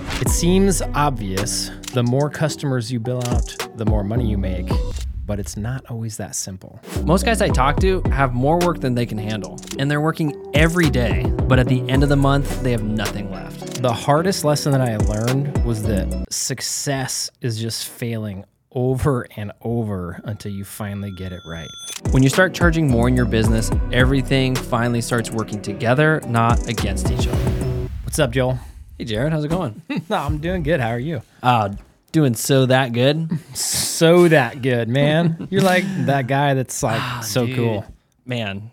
It seems obvious the more customers you bill out, the more money you make, but it's not always that simple. Most guys I talk to have more work than they can handle, and they're working every day, but at the end of the month, they have nothing left. The hardest lesson that I learned was that success is just failing over and over until you finally get it right. When you start charging more in your business, everything finally starts working together, not against each other. What's up, Joel? Hey, Jared, how's it going? no, I'm doing good. How are you? Uh, doing so that good. So that good, man. You're like that guy that's like ah, so dude. cool. Man,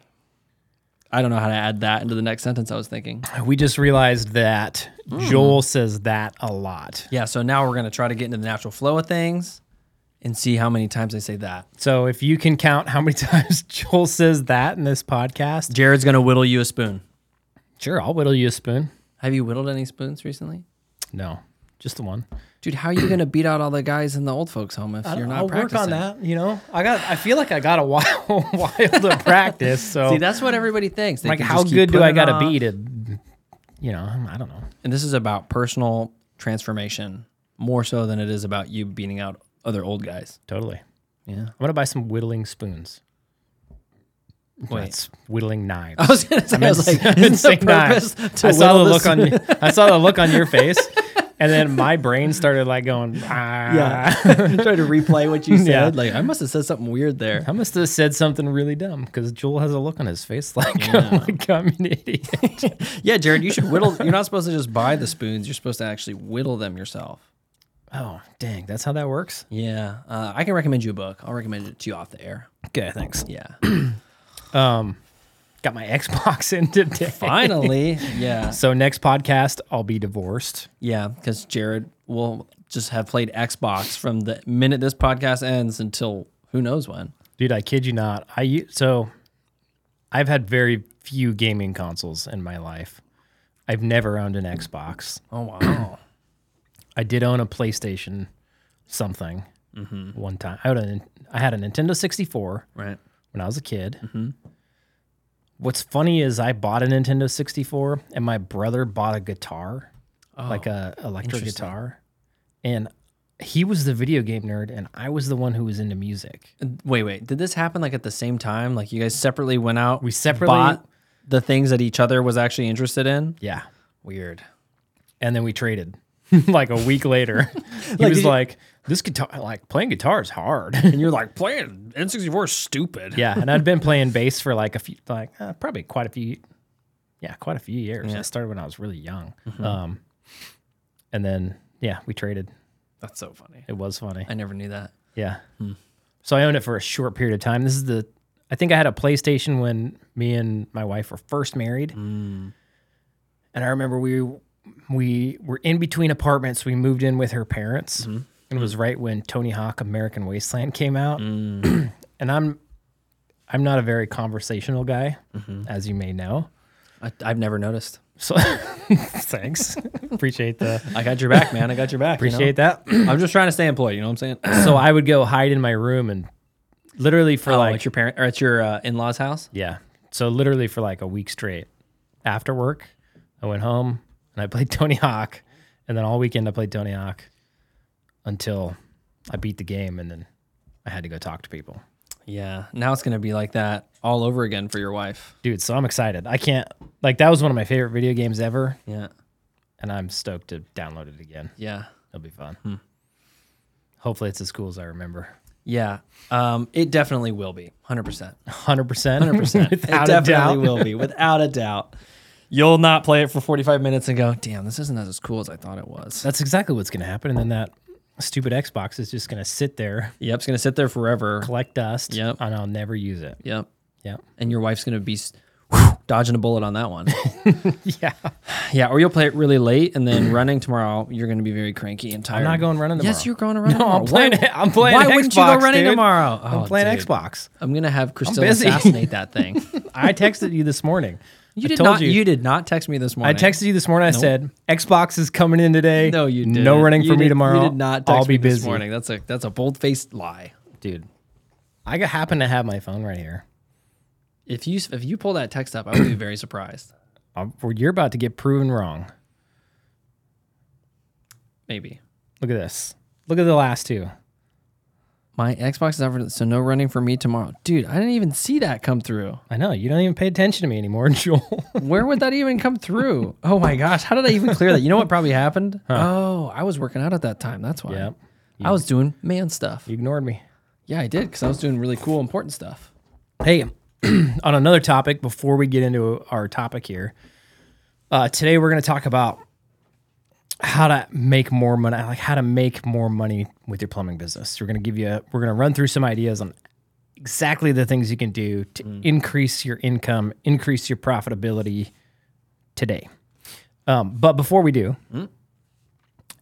I don't know how to add that into the next sentence I was thinking. We just realized that mm. Joel says that a lot. Yeah, so now we're going to try to get into the natural flow of things and see how many times I say that. So if you can count how many times Joel says that in this podcast, Jared's going to whittle you a spoon. Sure, I'll whittle you a spoon. Have you whittled any spoons recently? No, just the one. Dude, how are you going to beat out all the guys in the old folks home if you're not I'll practicing? work on that, you know. I got I feel like I got a while while to practice. So See, that's what everybody thinks. They like how good do I got to be to you know, I don't know. And this is about personal transformation more so than it is about you beating out other old guys. Totally. Yeah. I'm gonna buy some whittling spoons. Wait. That's whittling knives. I was gonna say, I, mean, I was like, is the purpose I saw the look on. You, I saw the look on your face, and then my brain started like going. Ah. Yeah, trying to replay what you said. Yeah. Like I must have said something weird there. I must have said something really dumb because Joel has a look on his face like, yeah. oh like I'm an idiot. yeah, Jared, you should whittle. You're not supposed to just buy the spoons. You're supposed to actually whittle them yourself. Oh, dang. That's how that works? Yeah. Uh, I can recommend you a book. I'll recommend it to you off the air. Okay, thanks. Yeah. um, got my Xbox in today. Finally. Yeah. so, next podcast, I'll be divorced. Yeah, because Jared will just have played Xbox from the minute this podcast ends until who knows when. Dude, I kid you not. I So, I've had very few gaming consoles in my life. I've never owned an Xbox. Oh, wow. I did own a PlayStation something mm-hmm. one time. I had, a, I had a Nintendo 64 right. when I was a kid. Mm-hmm. What's funny is I bought a Nintendo 64 and my brother bought a guitar, oh, like a electric guitar. And he was the video game nerd and I was the one who was into music. Wait, wait. Did this happen like at the same time? Like you guys separately went out? We separately bought the things that each other was actually interested in? Yeah. Weird. And then we traded. like a week later. He like, was you, like, this guitar, like playing guitar is hard. and you're like, playing N64 is stupid. yeah. And I'd been playing bass for like a few, like uh, probably quite a few, yeah, quite a few years. Yeah. I started when I was really young. Mm-hmm. Um, and then, yeah, we traded. That's so funny. It was funny. I never knew that. Yeah. Hmm. So I owned it for a short period of time. This is the, I think I had a PlayStation when me and my wife were first married. Hmm. Mm. And I remember we we were in between apartments. We moved in with her parents, mm-hmm. and it was right when Tony Hawk American Wasteland came out. Mm. and I'm I'm not a very conversational guy, mm-hmm. as you may know. I, have never noticed. So thanks, appreciate the. I got your back, man. I got your back. Appreciate you know? that. I'm just trying to stay employed. You know what I'm saying? so I would go hide in my room and literally for oh, like at your parent or at your uh, in laws house. Yeah. So literally for like a week straight after work, I went home and I played Tony Hawk, and then all weekend I played Tony Hawk until I beat the game, and then I had to go talk to people. Yeah, now it's gonna be like that all over again for your wife, dude. So I'm excited. I can't like that was one of my favorite video games ever. Yeah, and I'm stoked to download it again. Yeah, it'll be fun. Hmm. Hopefully, it's as cool as I remember. Yeah, um, it definitely will be. Hundred percent. Hundred percent. Hundred percent. It definitely will be, without a doubt you'll not play it for 45 minutes and go, damn, this isn't as cool as I thought it was. That's exactly what's going to happen. And then that stupid Xbox is just going to sit there. Yep. It's going to sit there forever. Collect dust. Yep. And I'll never use it. Yep. Yep. And your wife's going to be whew, dodging a bullet on that one. yeah. Yeah. Or you'll play it really late and then running tomorrow, you're going to be very cranky and tired. I'm not going running tomorrow. Yes, you're going to run. No, tomorrow. I'm playing, why, I'm playing Why Xbox, wouldn't you go running dude? tomorrow? Oh, I'm playing dude. Xbox. I'm going to have Christelle assassinate that thing. I texted you this morning. You I did not. You. you. did not text me this morning. I texted you this morning. I nope. said Xbox is coming in today. No, you did. No running you for did, me tomorrow. You did not. Text I'll be me busy this morning. That's a that's a bold faced lie, dude. I happen to have my phone right here. If you if you pull that text up, I would be Uh, very surprised. I'm, you're about to get proven wrong. Maybe. Look at this. Look at the last two. My Xbox is out for so no running for me tomorrow. Dude, I didn't even see that come through. I know you don't even pay attention to me anymore, Joel. Where would that even come through? Oh my gosh, how did I even clear that? You know what probably happened? Oh, I was working out at that time. That's why. Yep. I was doing man stuff. you ignored me. Yeah, I did because I was doing really cool, important stuff. Hey, on another topic, before we get into our topic here, uh, today we're going to talk about how to make more money, like how to make more money with your plumbing business. We're going to give you, a, we're going to run through some ideas on exactly the things you can do to increase your income, increase your profitability today. Um, but before we do,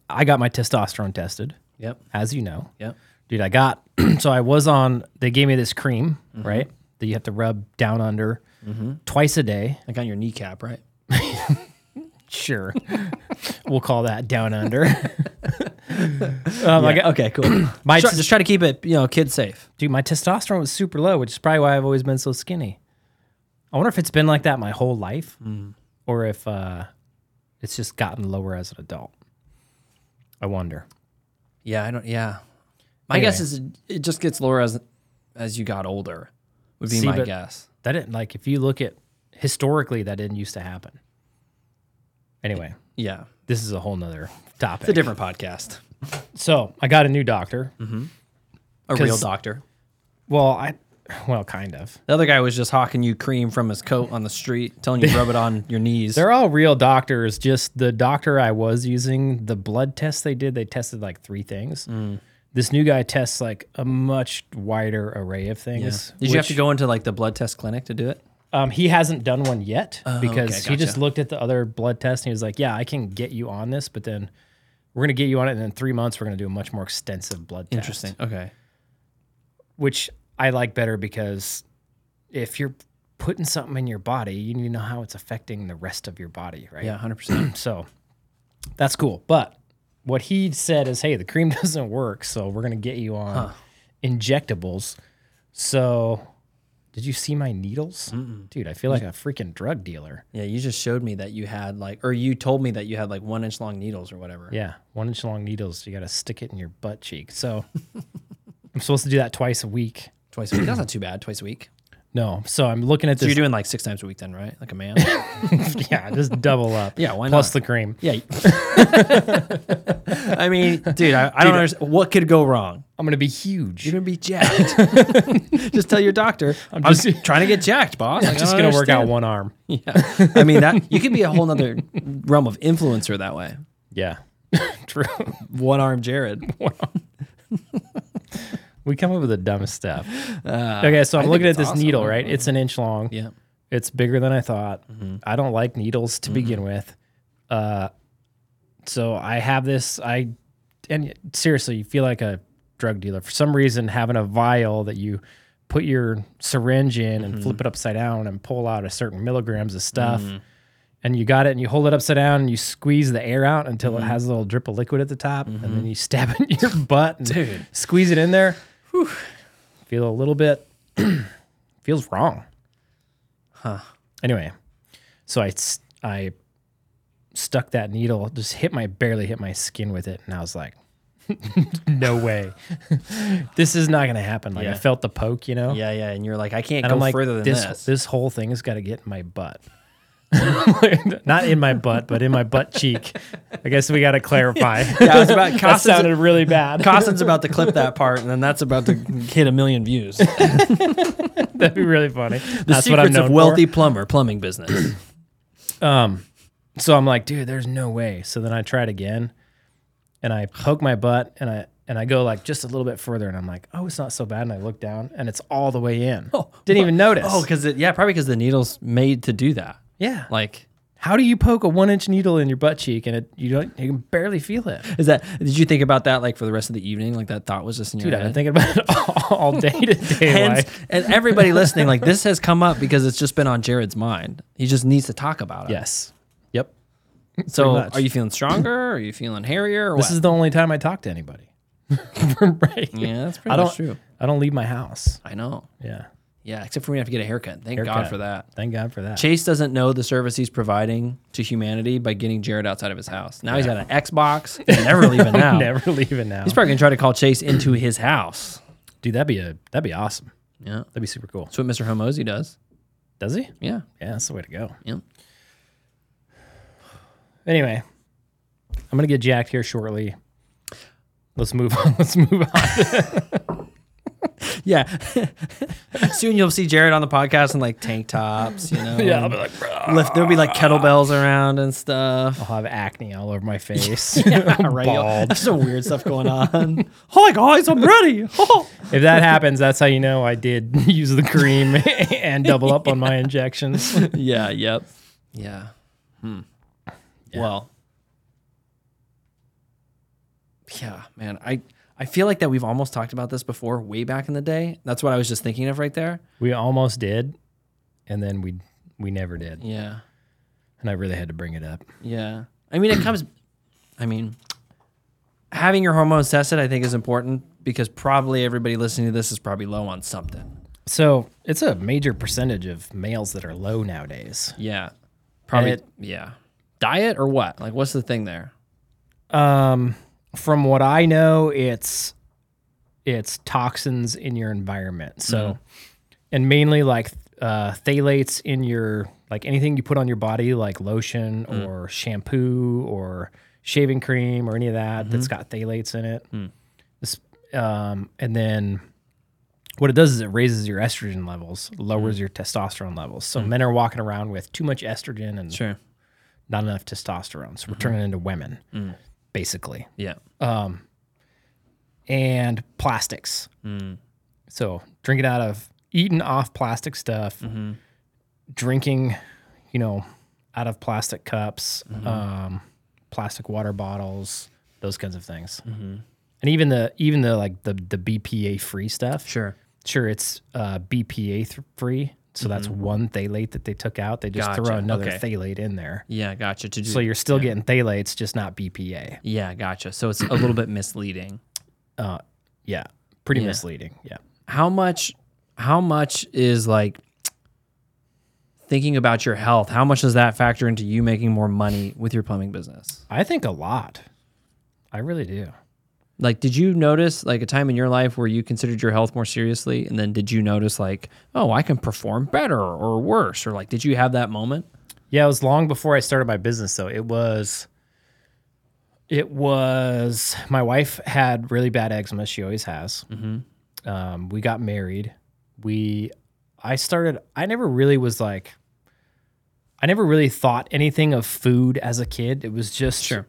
I got my testosterone tested, Yep. as you know Yep. dude, I got so I was on. They gave me this cream, Mm-hmm. right? That you have to rub down under twice a day. Like on your kneecap, right? Sure, we'll call that down under. um, I got, okay, cool. My Try- tes- just try to keep it, you know, kids safe. dude, my testosterone was super low, which is probably why I've always been so skinny. I wonder if it's been like that my whole life, Mm. or if uh, it's just gotten lower as an adult. I wonder. Yeah, I don't. Yeah, my guess is it, it just gets lower as as you got older. Would be See, my but- guess. That didn't like if you look at historically, that didn't used to happen. Anyway, Yeah, this is a whole nother topic. it's a Mm-hmm. different podcast. So I got a new doctor. A real 'Cause- doctor. Well, I, well, kind of. The other guy was just hawking you cream from his coat on the street, telling you to rub it on your knees. They're all real doctors. Just the doctor I was using, the blood test they did, they tested like three things. Mm. This new guy tests like a much wider array of things. Did you have which, to go into like the blood test clinic to do it? Um, he hasn't done one yet because Oh, okay, he just gotcha. looked at the other blood test and he was like, "Yeah, I can get you on this, but then we're gonna get you on it, and in three months we're gonna do a much more extensive blood test." Interesting. Okay. which I like better because if you're putting something in your body, you need to know how it's affecting the rest of your body, right? Yeah, hundred percent. So that's cool. But what he said is, hey, the cream doesn't work, so we're gonna get you on injectables. So did you see my needles? Dude, I feel like a freaking drug dealer. Yeah, you just showed me that you had like, or you told me that you had like one inch long needles or whatever. Yeah, one inch long needles. You gotta stick it in your butt cheek. So I'm supposed to do that twice a week. Twice a week. That's not too bad. Twice a week. No, so I'm looking at So you're this. doing like six times a week then, right? Like a man. yeah, just double up. Yeah, why Plus not? the cream. Yeah. I mean, dude, I, I don't understand. What could go wrong? I'm gonna be huge. You're going to be jacked. just tell your doctor, I'm just just- trying to get jacked, boss. I'm just gonna work out one arm. Yeah. I mean, that you could be a whole nother realm of influencer that way. Yeah, true. One arm Jared. We come up with the dumbest stuff. okay, so I'm looking at it's this awesome. needle. Right, it's an inch long. Uh, Yeah. It's bigger than I thought. I don't like needles to begin with. Uh, so I have this. I and seriously, you feel like a drug dealer for some reason. Having a vial that you put your syringe in and flip it upside down and pull out a certain milligrams of stuff. And you got it, and you hold it upside down, and you squeeze the air out until it has a little drip of liquid at the top, and then you stab it in your butt and Dude. squeeze it in there. Feel a little bit feels wrong. Huh. Anyway, so I s- I stuck that needle, just hit my barely hit my skin with it, and I was like, "No way, this is not gonna happen." Like I Yeah. felt the poke, you know. Yeah. Yeah. And you're like, I can't And go I'm like, further than this, this. this whole thing has got to get in my butt. Not in my butt, but in my butt cheek. I guess we got to clarify. Yeah, I was about, that Costin's, sounded really bad. Costin's about to clip that part, and then that's about to hit a million views. That'd be really funny. The That's what I'm secrets known of for. wealthy plumber, plumbing business. So I'm like, dude, there's no way. So then I tried again and I poke my butt and I and I go like just a little bit further and I'm like, oh, it's not so bad. And I look down and it's all the way in. Didn't even notice. Oh, because yeah, probably because the needle's made to do that. yeah. Like, Like, how do you poke a one inch needle in your butt cheek and it you don't you can barely feel it? is that? Did you think about that like for the rest of the evening? Like that thought was just in your Dude, I've been head. thinking about it all, all day today. Hence, like, and everybody listening, like this has come up because it's just been on Jared's mind. He just needs to talk about it. yes. Yep. So, pretty much. are you feeling stronger? Are you feeling hairier? Or This what? is the only time I talk to anybody. right. yeah, that's pretty I don't much true. I don't leave my house. I know. Yeah. Yeah, except for we have to get a haircut. Thank God Haircut. for that. Thank God for that. Chase doesn't know the service he's providing to humanity by getting Jared outside of his house. Now he's got an Xbox. He's never leaving now. I'm never leaving now. He's probably gonna try to call Chase into his house. Dude, that'd be a that'd be awesome. Yeah, That'd be super cool. that's what Mr. Homozy does. Does he? Yeah, Yeah, that's the way to go. yeah. Anyway, I'm gonna get jacked here shortly. Let's move on. Let's move on. Yeah. Soon you'll see Jared on the podcast in like tank tops, you know. yeah, I'll be like, "Bruh." Lift, there'll be like kettlebells around and stuff. I'll have acne all over my face. Right, you'll- Bald. There's some weird stuff going on. Hi guys, I'm ready. If that happens, that's how you know I did use the cream and double up on my injections. yeah, yep. Yeah. Hmm. Well. Yeah, man. I I feel like that we've almost talked about this before way back in the day. That's what I was just thinking of right there. We almost did, and then we we never did. Yeah. And I really had to bring it up. Yeah. I mean, it comes, I mean, having your hormones tested, I think, is important because probably everybody listening to this is probably low on something. So it's a major percentage of males that are low nowadays. Yeah. Probably. It- yeah. Diet or what? Like, what's the thing there? Um, from what I know, it's it's toxins in your environment. So, and mainly like uh, phthalates in your like anything you put on your body, like lotion or shampoo or shaving cream or any of that that's got phthalates in it. This, um, and then what it does is it raises your estrogen levels, lowers your testosterone levels. So men are walking around with too much estrogen and Sure. not enough testosterone. So we're turning into women, basically Yeah. and plastics. So drinking out of eating off plastic stuff, drinking, you know, out of plastic cups, um, plastic water bottles, those kinds of things. And even the even the like the the BPA free stuff. Sure. Sure, it's uh, BPA th- free. So that's one phthalate that they took out. They just Mm-hmm. Gotcha. throw another Okay. phthalate in there. Yeah. Gotcha. To do. So you're still getting phthalates, just not BPA. yeah. Gotcha. So it's a little bit misleading. Yeah, pretty misleading. Yeah. how much how much is like thinking about your health how much does that factor into you making more money with your plumbing business I think a lot. I really do. like did you notice like a time in your life where you considered your health more seriously and then did you notice like oh i can perform better or worse or like did you have that moment Yeah, it was long before I started my business though. It was it was my wife had really bad eczema, she always has. Mm-hmm. Um, we got married. We I started I never really was like I never really thought anything of food as a kid. It was just Sure.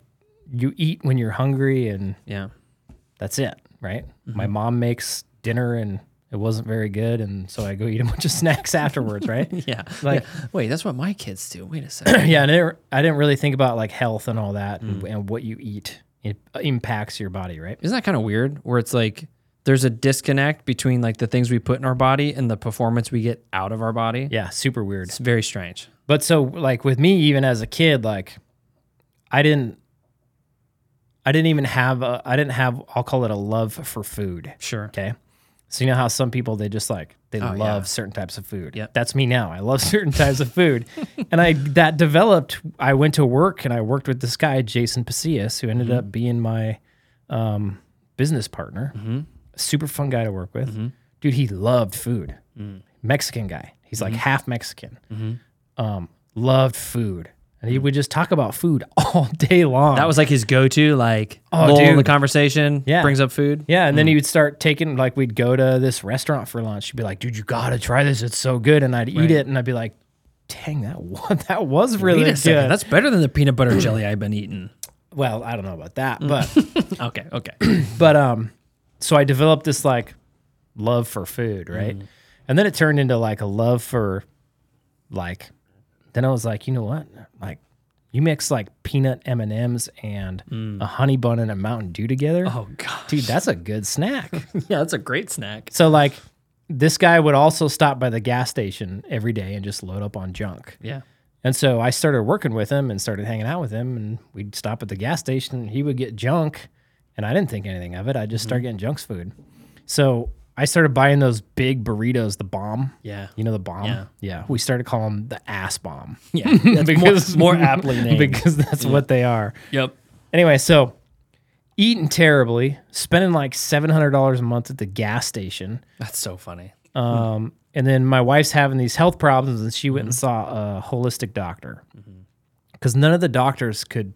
you eat when you're hungry and yeah that's it, right? My Mm-hmm. mom makes dinner and it wasn't very good and so I go eat a bunch of snacks afterwards, right? yeah Like- Yeah. wait that's what my kids do wait a second yeah, and I didn't, I didn't really think about like health and all that and, and what you eat it impacts your body, right? isn't that kind of weird where it's like there's a disconnect between like the things we put in our body and the performance we get out of our body Yeah, super weird. it's very strange But so like with me even as a kid like I didn't I didn't even have a I didn't have I'll call it a love for food. sure Oh, Okay. So you know how some people they just like they love certain types of food. Yep. That's me now. I love certain types of food. And I that developed I went to work and I worked with this guy, Jason Pasillas, who ended Mm-hmm. up being my um, business partner. Mm-hmm. Super fun guy to work with. Dude, he loved food. Mm. Mexican guy. He's like Mm-hmm. half Mexican. Um, loved food. And Mm. he would just talk about food all day long. That was like his go-to, like Oh, lull in the dude. conversation. Yeah. brings up food. Yeah, and then he would start taking like we'd go to this restaurant for lunch. He'd be like, "Dude, you gotta try this. It's so good." And I'd eat it, and I'd be like, "Dang, that was, that was really Wait a good." second, that's better than the peanut butter jelly I've been eating. well, I don't know about Mm. that, but Okay, okay, but um, so I developed this like love for food, right? Mm. And then it turned into like a love for like. Then I was like, you know what? Like, you mix like peanut M and M's and a honey bun and a Mountain Dew together. Mm. oh god, Dude, that's a good snack. yeah, that's a great snack. So like this guy would also stop by the gas station every day and just load up on junk. Yeah, And so I started working with him and started hanging out with him and we'd stop at the gas Mm-hmm. station and he would get junk and I didn't think anything of it. I just started getting junk food. So I started buying those big burritos, the bomb. Yeah. You know the bomb? Yeah. We started calling them the ass bomb. Yeah. That's Because- more, more aptly named. Because that's what they are. yep. Anyway, so eating terribly, spending like seven hundred dollars a month at the gas station, That's so funny. um, and then my wife's having these health problems, and she went Mm-hmm. and saw a holistic doctor because none of the doctors could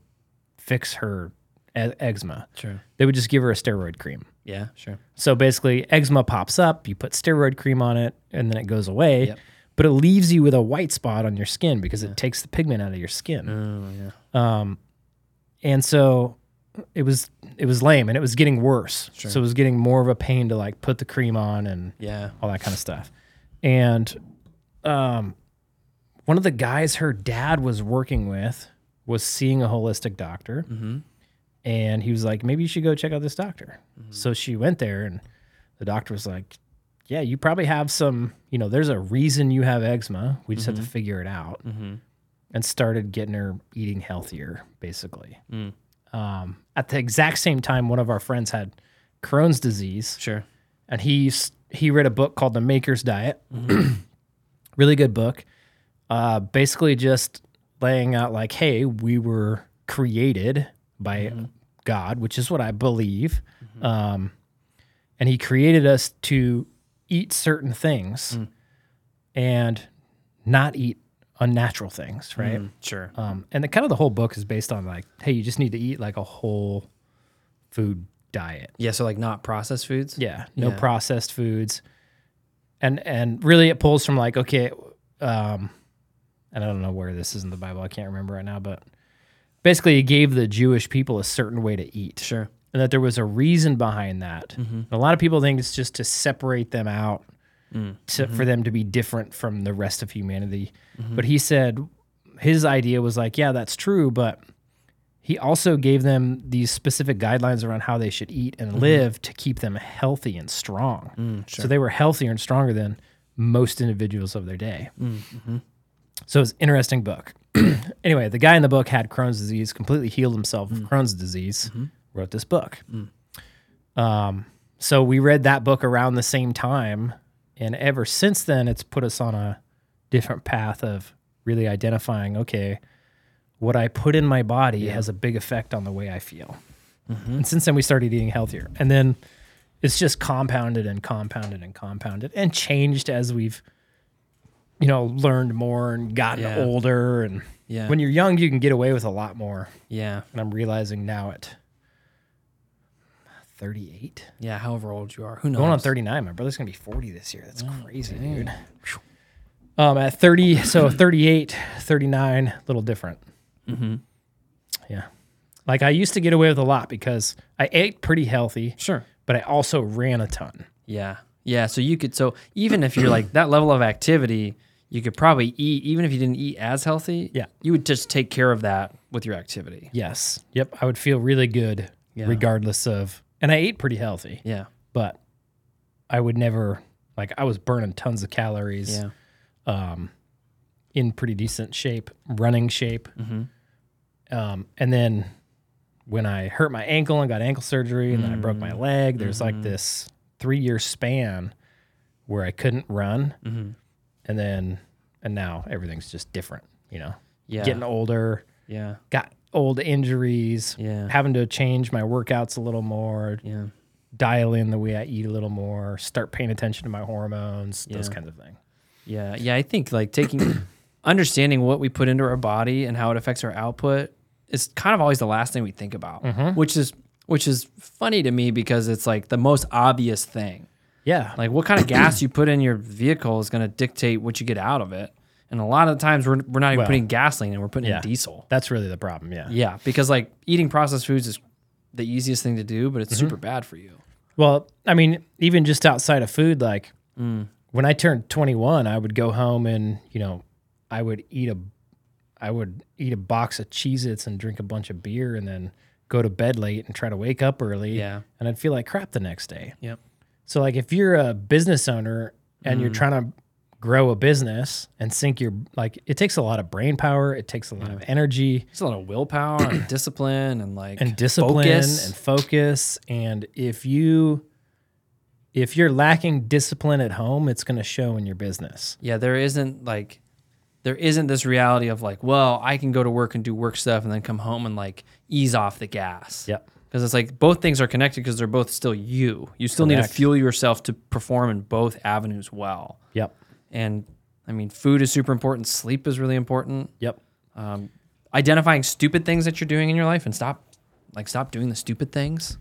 fix her e- eczema. Sure. They would just give her a steroid cream. Yeah. Sure. So basically, eczema pops up, you put steroid cream on it, and then it goes away. Yep. But it leaves you with a white spot on your skin because it takes the pigment out of your skin. Um, Oh yeah. and so it was it was lame and it was getting worse so it was getting more of a pain to like put the cream on and Yeah. all that kind of stuff and um one of the guys her dad was working with was seeing a holistic doctor and he was like maybe you should go check out this doctor so she went there and the doctor was like yeah you probably have some you know there's a reason you have eczema we just have to figure it out and started getting her eating healthier basically um, at the exact same time, one of our friends had Crohn's disease, Sure. and he s- he read a book called The Maker's Diet, really good book. Uh, basically, just laying out like, hey, we were created by God, which is what I believe, um, and He created us to eat certain things and not eat unnatural things, right? Sure. Um, and the kind of the whole book is based on like, hey, you just need to eat like a whole food diet. Yeah. So like not processed foods. Yeah, no Yeah. processed foods, and and really it pulls from like okay, um, and I don't know where this is in the Bible. I can't remember right now, but basically he gave the Jewish people a certain way to eat, Sure. and that there was a reason behind that. And a lot of people think it's just to separate them out, to, for them to be different from the rest of humanity. But he said his idea was like, yeah, that's true, but he also gave them these specific guidelines around how they should eat and live to keep them healthy and strong. So they were healthier and stronger than most individuals of their day. So it's an interesting book. anyway, the guy in the book had Crohn's disease, completely healed himself of Crohn's disease, wrote this book. Um, so we read that book around the same time. And ever since then, it's put us on a different path of really identifying okay, what I put in my body has a big effect on the way I feel. Mm-hmm. And since then, we started eating healthier. And then it's just compounded and compounded and compounded and changed as we've, you know, learned more and gotten Yeah. older. And Yeah. when you're young, you can get away with a lot more. yeah. And I'm realizing now at 38, Yeah. However old you are, who knows? going on 39. My brother's gonna be 40 this year. That's crazy, dude. Um, at 30, so 38, 39, a little different. Mm-hmm. Yeah. Like I used to get away with a lot because I ate pretty healthy, Sure. but I also ran a ton. Yeah. Yeah. So you could, so even if you're like that level of activity, you could probably eat, even if you didn't eat as healthy. Yeah. You would just take care of that with your activity. Yes. Yep. I would feel really good Yeah. regardless of, and I ate pretty healthy, Yeah. but I would never, like, I was burning tons of calories. Yeah. in pretty decent shape, running shape. Um, and then when I hurt my ankle and got ankle surgery and then I broke Mm. my leg, there's Mm-hmm. like this three year span where I couldn't run. Mm-hmm. And then, and now everything's just different, you know, Yeah. getting older, yeah. got old injuries, Yeah. having to change my workouts a little more, Yeah. dial in the way I eat a little more, start paying attention to my hormones, those kinds of things. Yeah. Yeah. I think like taking, understanding what we put into our body and how it affects our output is kind of always the last thing we think about, which is, which is funny to me because it's like the most obvious thing. Yeah. Like what kind of gas you put in your vehicle is going to dictate what you get out of it. And a lot of the times we're, we're not even putting gasoline and we're putting yeah. in diesel. that's really the problem. Yeah. Yeah. Because like eating processed foods is the easiest thing to do, but it's super bad for you. Well, I mean, even just outside of food, like when I turned 21, I would go home and, you know, I would eat a I would eat a box of Cheez-Its and drink a bunch of beer and then go to bed late and try to wake up early. Yeah. And I'd feel like crap the next day. Yep. So like if you're a business owner and you're trying to grow a business and sink your like it takes a lot of brain power, it takes a lot of energy It's a lot of willpower and discipline and like and discipline focus. and focus and if you if you're lacking discipline at home, it's going to show in your business. Yeah, there isn't like there isn't this reality of like, well, I can go to work and do work stuff and then come home and like ease off the gas. Yep. Because it's like both things are connected because they're both still you. You still need to Correct. fuel yourself to perform in both avenues well. Yep. And I mean, food is super important. Sleep is really important. Yep. Um, identifying stupid things that you're doing in your life and stop, like, stop doing the stupid things.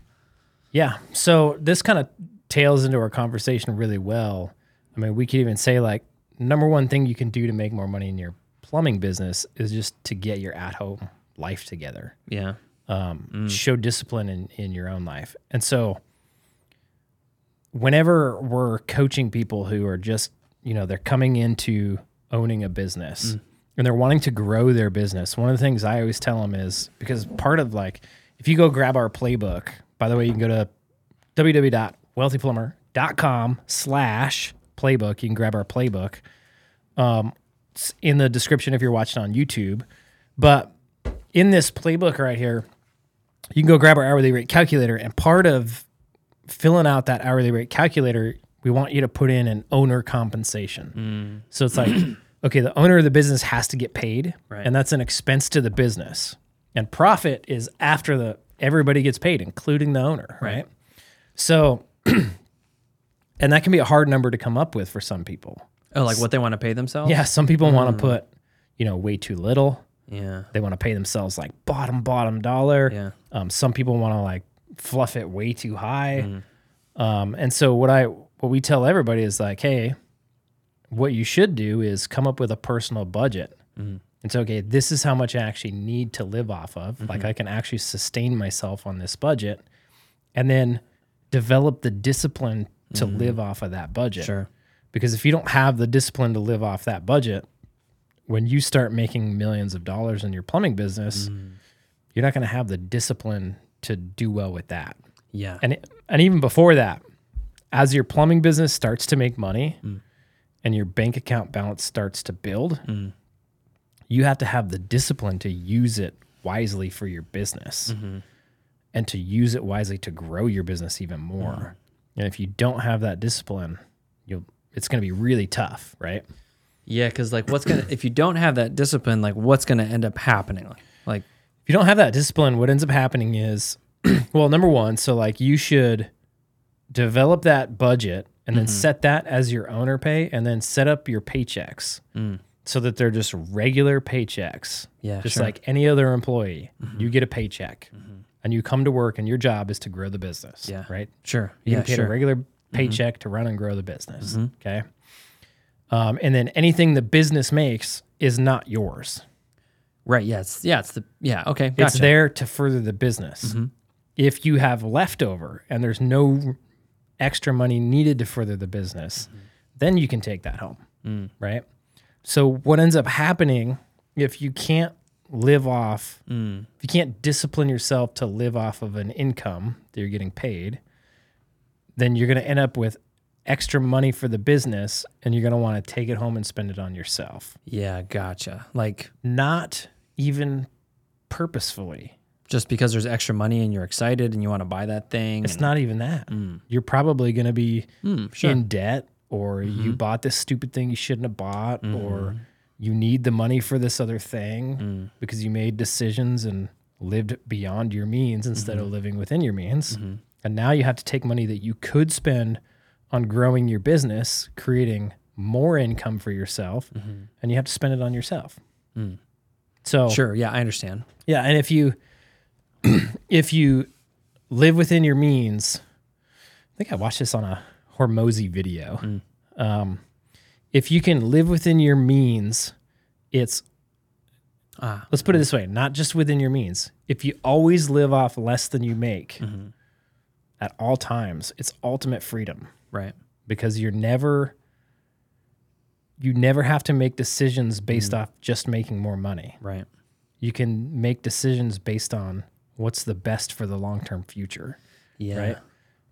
Yeah. So this kind of tails into our conversation really well. I mean, we could even say like number one thing you can do to make more money in your plumbing business is just to get your at home life together. Yeah. um, show discipline in, in your own life. And so, whenever we're coaching people who are just, you know, they're coming into owning a business and they're wanting to grow their business, one of the things I always tell them is because part of like, if you go grab our playbook, by the way, you can go to www.wealthyplumber.com slash playbook. You can grab our playbook. Um, it's in the description if you're watching on YouTube. But in this playbook right here, you can go grab our hourly rate calculator. And part of filling out that hourly rate calculator, we want you to put in an owner compensation. Mm. So it's like, okay, the owner of the business has to get paid, Right. and that's an expense to the business. And profit is after the everybody gets paid, including the owner, right? So, and that can be a hard number to come up with for some people. Oh, like what they want to pay themselves? Yeah, some people want Mm. to put, you know, way too little. Yeah. They want to pay themselves like bottom bottom dollar. Yeah. Um, some people want to like fluff it way too high. Um, and so what I what we tell everybody is like, hey, what you should do is come up with a personal budget. It's okay. This is how much I actually need to live off of. Like I can actually sustain myself on this budget, and then develop the discipline to live off of that budget. Sure. Because if you don't have the discipline to live off that budget, when you start making millions of dollars in your plumbing business, you're not going to have the discipline to do well with that. Yeah. And it, and even before that, as your plumbing business starts to make money and your bank account balance starts to build, you have to have the discipline to use it wisely for your business and to use it wisely to grow your business even more. And if you don't have that discipline, you'll it's going to be really tough, right? Yeah, because like, what's gonna if you don't have that discipline, like, what's gonna end up happening? Like, like if you don't have that discipline, what ends up happening is, well, number one, so like you should develop that budget and Mm-hmm. then set that as your owner pay and then set up your paychecks so that they're just regular paychecks. Mm. Yeah, Just sure. Mm-hmm. like any other employee, you get a paycheck and you come to work and your job is to grow the business. Yeah. Right. sure, You yeah, get a sure, Mm-hmm. regular paycheck to run and grow the business. Okay. Um, and then anything the business makes is not yours. right, yeah, it's yeah, it's the yeah, okay, gotcha. It's there to further the business. If you have leftover and there's no extra money needed to further the business, then you can take that home, right? So what ends up happening if you can't live off, if you can't discipline yourself to live off of an income that you're getting paid, then you're going to end up with extra money for the business and you're going to want to take it home and spend it on yourself, Yeah, gotcha. Like not even purposefully. just because there's extra money and you're excited and you want to buy that thing, It's not even that. You're probably going to be in debt, or you bought this stupid thing you shouldn't have bought, or you need the money for this other thing because you made decisions and lived beyond your means instead of living within your means. And now you have to take money that you could spend on growing your business, creating more income for yourself, and you have to spend it on yourself. So, sure, yeah, I understand. yeah, and if you if you live within your means, I think I watched this on a Hormozy video. Um, if you can live within your means, it's Ah, let's put it this way: not just within your means. If you always live off less than you make at all times, it's ultimate freedom right, because you're never you never have to make decisions based off just making more money right, you can make decisions based on what's the best for the long term future. yeah, Right.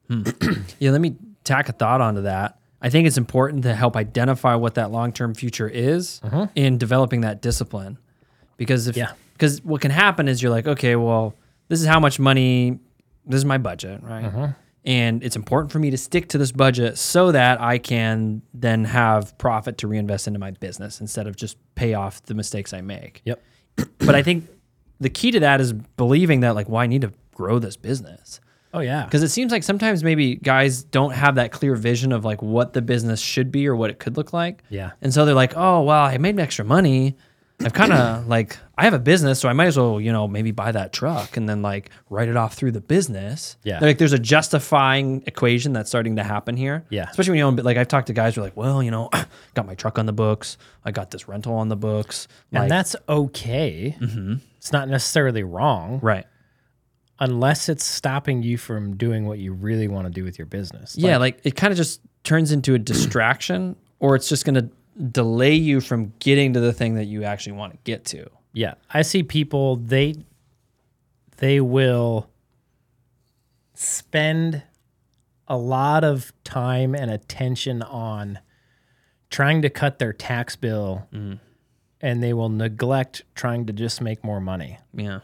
Hmm. yeah. Let me tack a thought onto that. I think it's important to help identify what that long-term future is in developing that discipline, because if Yeah. because what can happen is you're like, okay, well, this is how much money, this is my budget, right? and it's important for me to stick to this budget so that I can then have profit to reinvest into my business instead of just pay off the mistakes I make. Yep. But I think the key to that is believing that like, well, I need to grow this business. Oh yeah. Because it seems like sometimes maybe guys don't have that clear vision of like what the business should be or what it could look like. Yeah. And so they're like, oh, well, I made extra money. I've kind of like, I have a business, so I might as well, you know, maybe buy that truck and then like write it off through the business. Yeah. They're like, there's a justifying equation that's starting to happen here. Yeah. Especially when you own, but like I've talked to guys who are like, well, you know, got my truck on the books. I got this rental on the books. and Like, Mm-hmm. that's okay. It's not necessarily wrong right. unless it's stopping you from doing what you really want to do with your business. Yeah, like, it kind of just turns into a distraction, or it's just going to delay you from getting to the thing that you actually want to get to. Yeah, I see people they they will spend a lot of time and attention on trying to cut their tax bill Mm. and they will neglect trying to just make more money. Yeah.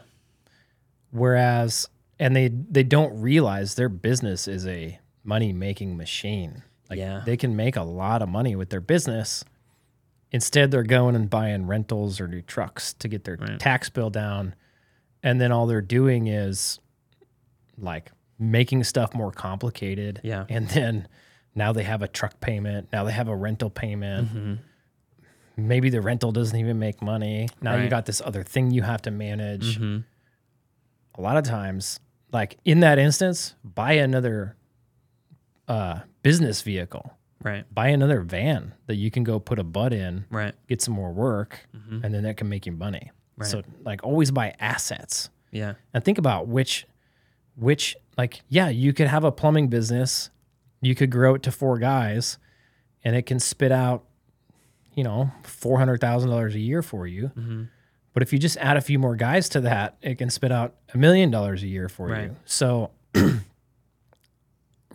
Whereas and they they don't realize their business is a money making machine. Like Yeah. they can make a lot of money with their business. Instead, they're going and buying rentals or new trucks to get their tax bill down. And then all they're doing is like making stuff more complicated. Yeah. And then now they have a truck payment. Now they have a rental Mm-hmm. payment. Maybe the rental doesn't even make money. Now you Right. Mm-hmm. got this other thing you have to manage. A lot of times, like in that instance, buy another uh, business vehicle Right. buy another van that you can go put a butt in, Right. get some more work, and then that can make you money. Mm-hmm. Right. So like always buy assets Yeah. and think about which which like yeah, you could have a plumbing business, you could grow it to four guys and it can spit out you know, $400,000 a year for you. But if you just add a few more guys to that, it can spit out a million dollars a year for Right. you. So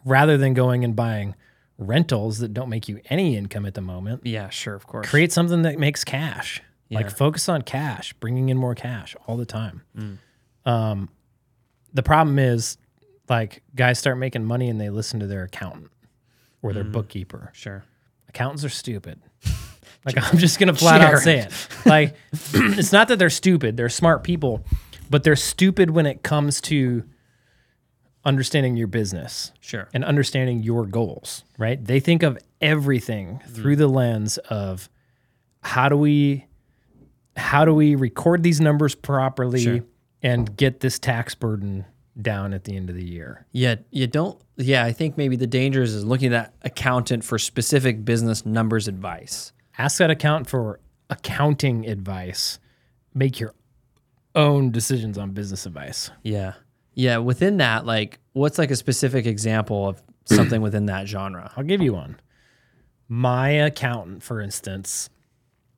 rather than going and buying rentals that don't make you any income at the moment, Yeah, sure, of course. create something that makes cash. Yeah. Like focus on cash, bringing in more cash all the time. Um, the problem is, like guys start making money and they listen to their accountant or their bookkeeper. sure. Accountants are stupid. Like I'm just gonna flat out Jared. say it. Like it's not that they're stupid; they're smart people, but they're stupid when it comes to understanding your business Sure. and understanding your goals, right? They think of everything through the lens of how do we how do we record these numbers properly Sure. and get this tax burden down at the end of the year. yeah, you don't yeah, I think maybe the danger is, is looking at that accountant for specific business numbers advice. Ask that accountant for accounting advice. Make your own decisions on business advice. Yeah. Yeah, within that, like what's like a specific example of something within that genre? I'll give you one. My accountant, for instance,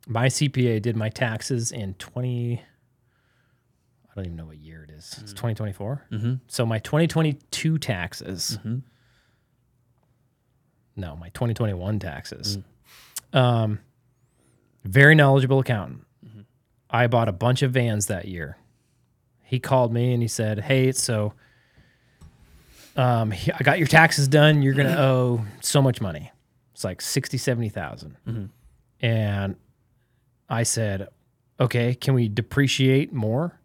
my CPA did my taxes in 20. I don't even know what year it is. It's 2024. So my 2022 taxes. No, my 2021 taxes. Um, very knowledgeable accountant. I bought a bunch of vans that year. He called me and he said, "Hey, so." um, he- I got your taxes done. You're going to owe so much money. It's like 60, 70,000. And I said, okay, can we depreciate more?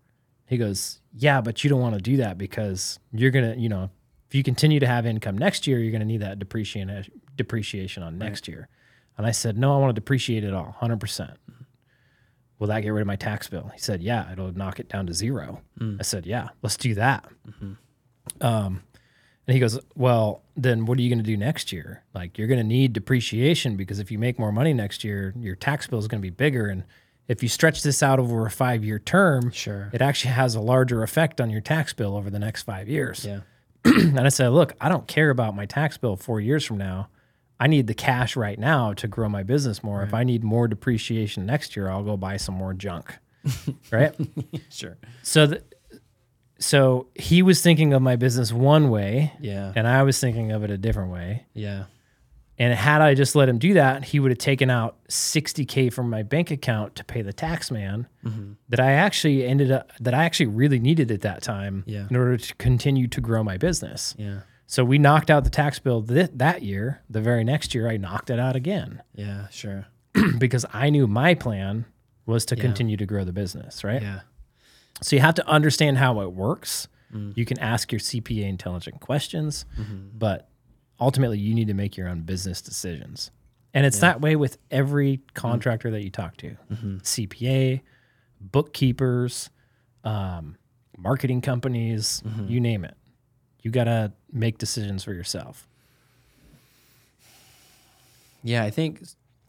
He goes, yeah, but you don't want to do that because you're going to, you know, if you continue to have income next year, you're going to need that depreciation depreciation on next year. And I said, no, I want to depreciate it all 100%. Will that get rid of my tax bill? He said, yeah, it'll knock it down to zero. Mm. I said, yeah, let's do that. Mm-hmm. Um, And he goes, Well, then what are you going to do next year? Like, you're going to need depreciation because if you make more money next year, your tax bill is going to be bigger. And if you stretch this out over a five year term, Sure. it actually has a larger effect on your tax bill over the next five years. Yeah. and I said, Look, I don't care about my tax bill four years from now. I need the cash right now to grow my business more. If I need more depreciation next year, I'll go buy some more junk. right. Sure. So, th- so he was thinking of my business one way Yeah. and I was thinking of it a different way. Yeah. And had I just let him do that, he would have taken out 60k from my bank account to pay the tax man Mm-hmm. that I actually ended up that I actually really needed at that time Yeah. in order to continue to grow my business. Yeah. So we knocked out the tax bill th- that year. The very next year, I knocked it out again Yeah, sure. because I knew my plan was to continue to grow the business, right? Yeah. So you have to understand how it works. You can ask your CPA intelligent questions, but ultimately you need to make your own business decisions. And it's that way with every contractor that you talk to CPA, bookkeepers, um, marketing companies, you name it. You got to make decisions for yourself. Yeah, I think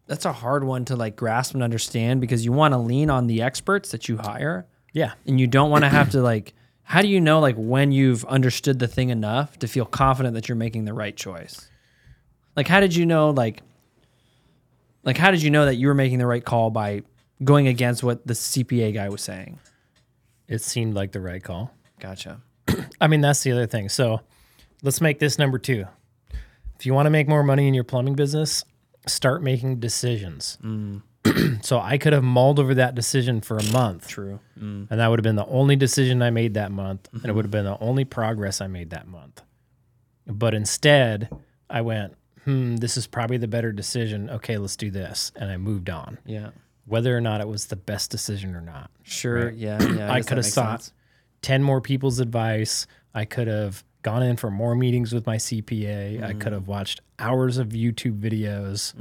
that's a hard one to like grasp and understand because you want to lean on the experts that you hire Yeah. and you don't want to have to like how do you know like when you've understood the thing enough to feel confident that you're making the right choice? Like how did you know like like how did you know that you were making the right call by going against what the CPA guy was saying? It seemed like the right call. Gotcha. I mean, that's the other thing. So let's make this number two. If you want to make more money in your plumbing business, start making decisions. so I could have mulled over that decision for a month. True. And that would have been the only decision I made that month. And it would have been the only progress I made that month. But instead, I went, hmm, this is probably the better decision. Okay, let's do this. And I moved on, Yeah. whether or not it was the best decision or not. Sure. Yeah. Yeah. I guess that could have makes sought sense. 10 more people's advice. I could have gone in for more meetings with my CPA. I could have watched hours of YouTube videos.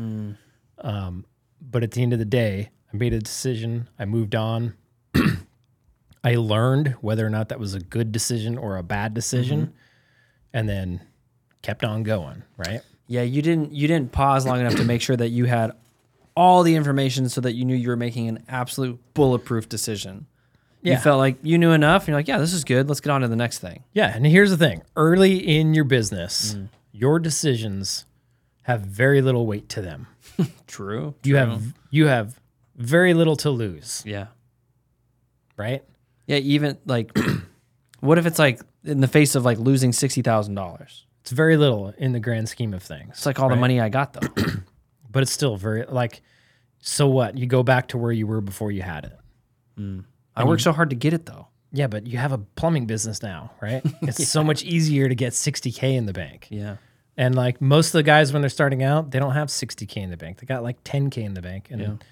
Um, but at the end of the day, I made a decision. I moved on. I learned whether or not that was a good decision or a bad decision and then kept on going, right? Yeah, you didn't you didn't pause long enough to make sure that you had all the information so that you knew you were making an absolute bulletproof decision. Yeah. You felt like you knew enough and you're like, yeah, this is good. Let's get on to the next thing. Yeah, Mm. and here's the thing: early in your business, your decisions have very little weight to them. True. you have you have very little to lose, Yeah. right? Yeah, even like what if it's like in the face of like losing sixty thousand dollars? It's very little in the grand scheme of It's things, like all the money I got though. but it's still very like. So what? You go back to where you were before you had it. I worked so hard to get it though. Yeah, but you have a plumbing business now, right? It's so much easier to get 60k in the bank. Yeah. And like most of the guys when they're starting out, they don't have 60k in the bank. They got like 10k in the bank and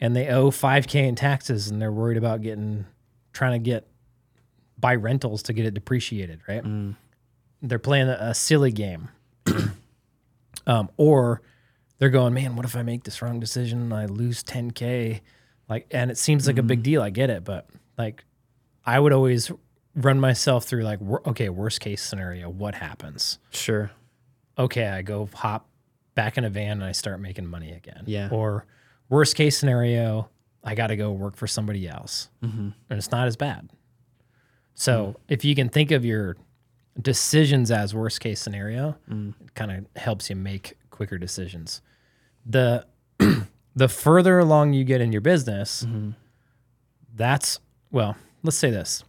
and they owe 5k in taxes and they're worried about getting trying to get buy rentals to get it depreciated, right? They're playing a, a silly game. um or they're going, "Man, what if I make this wrong decision and I lose 10k?" Like and it seems like a big deal, I get it, but like I would always run myself through like, wor- "Okay, worst case scenario, what happens?" Sure. okay, I go hop back in a van and I start making money again. Yeah. Or worst case scenario, I got to go work for somebody else. Mm-hmm. And it's not as bad. So if you can think of your decisions as worst case scenario, it kind of helps you make quicker decisions. The the further along you get in your business, that's well, let's say this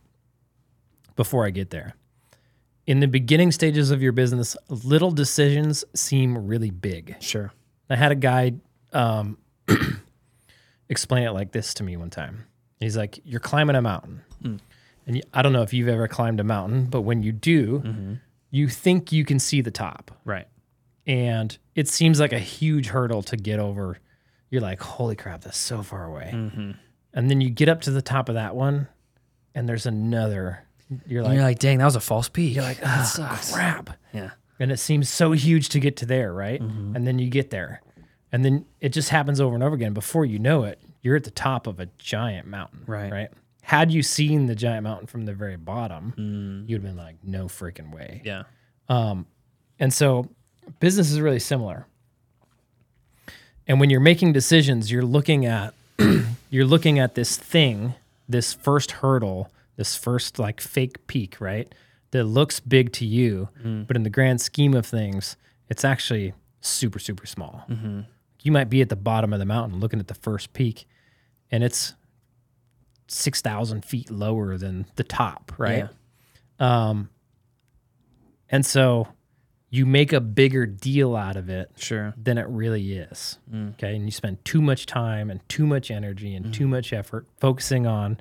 before I get there. In the beginning stages of your business, little decisions seem really big. Sure. I had a guy um, explain it like this to me one time. He's like, "You're climbing a mountain, and you, I don't know if you've ever climbed a mountain, but when you do, you think you can see the top, Right. and it seems like a huge hurdle to get over. You're like, holy crap, that's so far away. And then you get up to the top of that one, and there's another. You're And like, you're like, dang, that was a false peak. You're like, that sucks. crap. Yeah. And it seems so huge to get to there, right? And then you get there. And then it just happens over and over again. Before you know it, you're at the top of a giant mountain. Right. Right. Had you seen the giant mountain from the very bottom, you'd have been like, no freaking way. Yeah. And so business is really similar. And when you're making decisions, you're looking at you're looking at this thing, this first hurdle, this first like fake peak, right? That looks big to you, but in the grand scheme of things, it's actually super super small. You might be at the bottom of the mountain looking at the first peak, and it's six thousand feet lower than the top, right? Um, and so you make a bigger deal out of it Sure. than it really is. Mm. Okay. And you spend too much time and too much energy and too much effort focusing on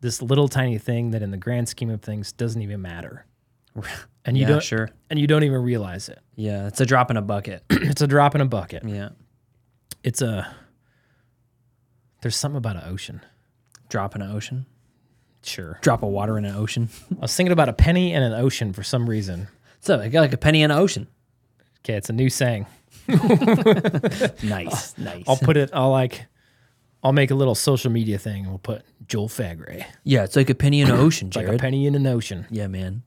this little tiny thing that, in the grand scheme of things, doesn't even matter. and you yeah, don't sure. and you don't even realize it. Yeah, it's a drop in a bucket. it's a drop in a bucket. yeah, It's a there's something about an ocean. drop in an ocean. Sure. Drop of water in an ocean. I was thinking about a penny and an ocean for some reason. So I got like a penny in an ocean. Okay, it's a new saying. Nice, nice. I'll put it. I'll like. I'll make a little social media thing and we'll put Joel Fagray, yeah, it's like a penny in an ocean, like Jared. a penny in an ocean. yeah, man.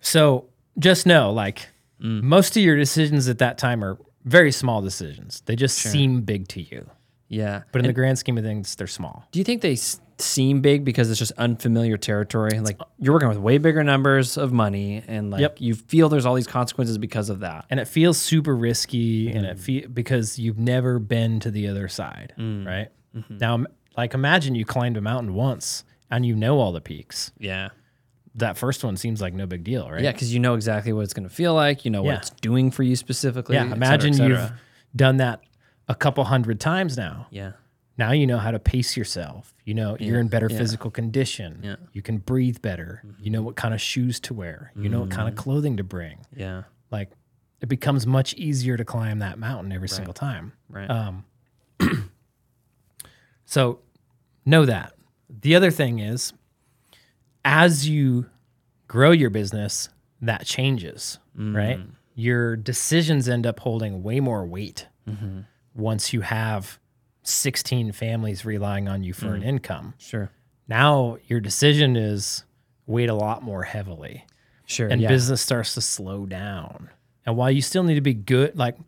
So just know, like, most of your decisions at that time are very small decisions. They just seem big to you, Yeah. but in the grand scheme of things, they're small. Do you think they s- seem big because it's just unfamiliar territory? Like you're working with way bigger numbers of money, and like Uh, Yep. you feel there's all these consequences because of that. and it feels super risky and Mm. it fe- because you've never been to the other side Mm. right Mm-hmm. now im- like imagine you climbed a mountain once and you know all the peaks Yeah. that first one seems like no big deal right Yeah, because you know exactly what it's going to feel like. You know what Yeah. it's doing for you specifically. yeah et cetera, imagine et cetera. you've done that a couple hundred times now Yeah. now you know how to pace yourself you know you're in better physical condition Yeah. Mm-hmm. you can breathe better you know what kind of shoes to wear you know what kind of clothing to bring Yeah. like it becomes much easier to climb that mountain every single time Right. Um, so know that. The other thing is, as you grow your business, that changes, Mm. right? Your decisions end up holding way more weight Mm-hmm. once you have 16 families relying on you for Mm. an income. sure. Now your decision is weighed a lot more heavily Sure. and yeah. business starts to slow down. And while you still need to be good, like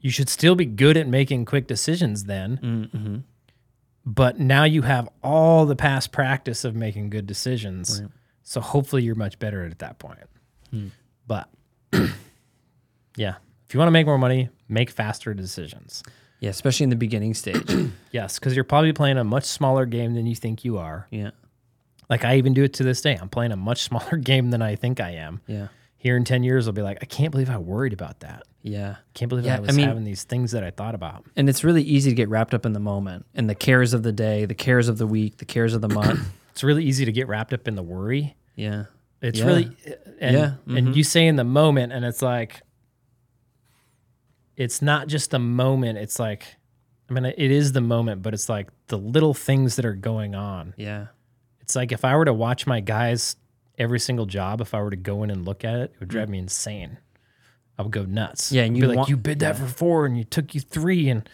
you should still be good at making quick decisions then. But now you have all the past practice of making good decisions. So hopefully you're much better at it at that point. But yeah, if you want to make more money, make faster decisions. yeah, especially in the beginning stage. Yes, because you're probably playing a much smaller game than you think you are. yeah. Like I even do it to this day. I'm playing a much smaller game than I think I am Yeah. here in 10 years, I'll be like, I can't believe I worried about that. Yeah. Can't believe Yeah, I I was mean- having these things that I thought about. And it's really easy to get wrapped up in the moment and the cares of the day, the cares of the week, the cares of the month. It's really easy to get wrapped up in the worry. yeah. It's Yeah. really, and, Yeah, mm-hmm. and you say in the moment, and it's like, it's not just the moment. It's like, I mean, it is the moment, but it's like the little things that are going on. Yeah. It's like if I were to watch my guys every single job, if I were to go in and look at it, it would drive me insane. I would go nuts. Mm. Yeah, and I'd be you'd like, want- you bid that for four, and you took you three, and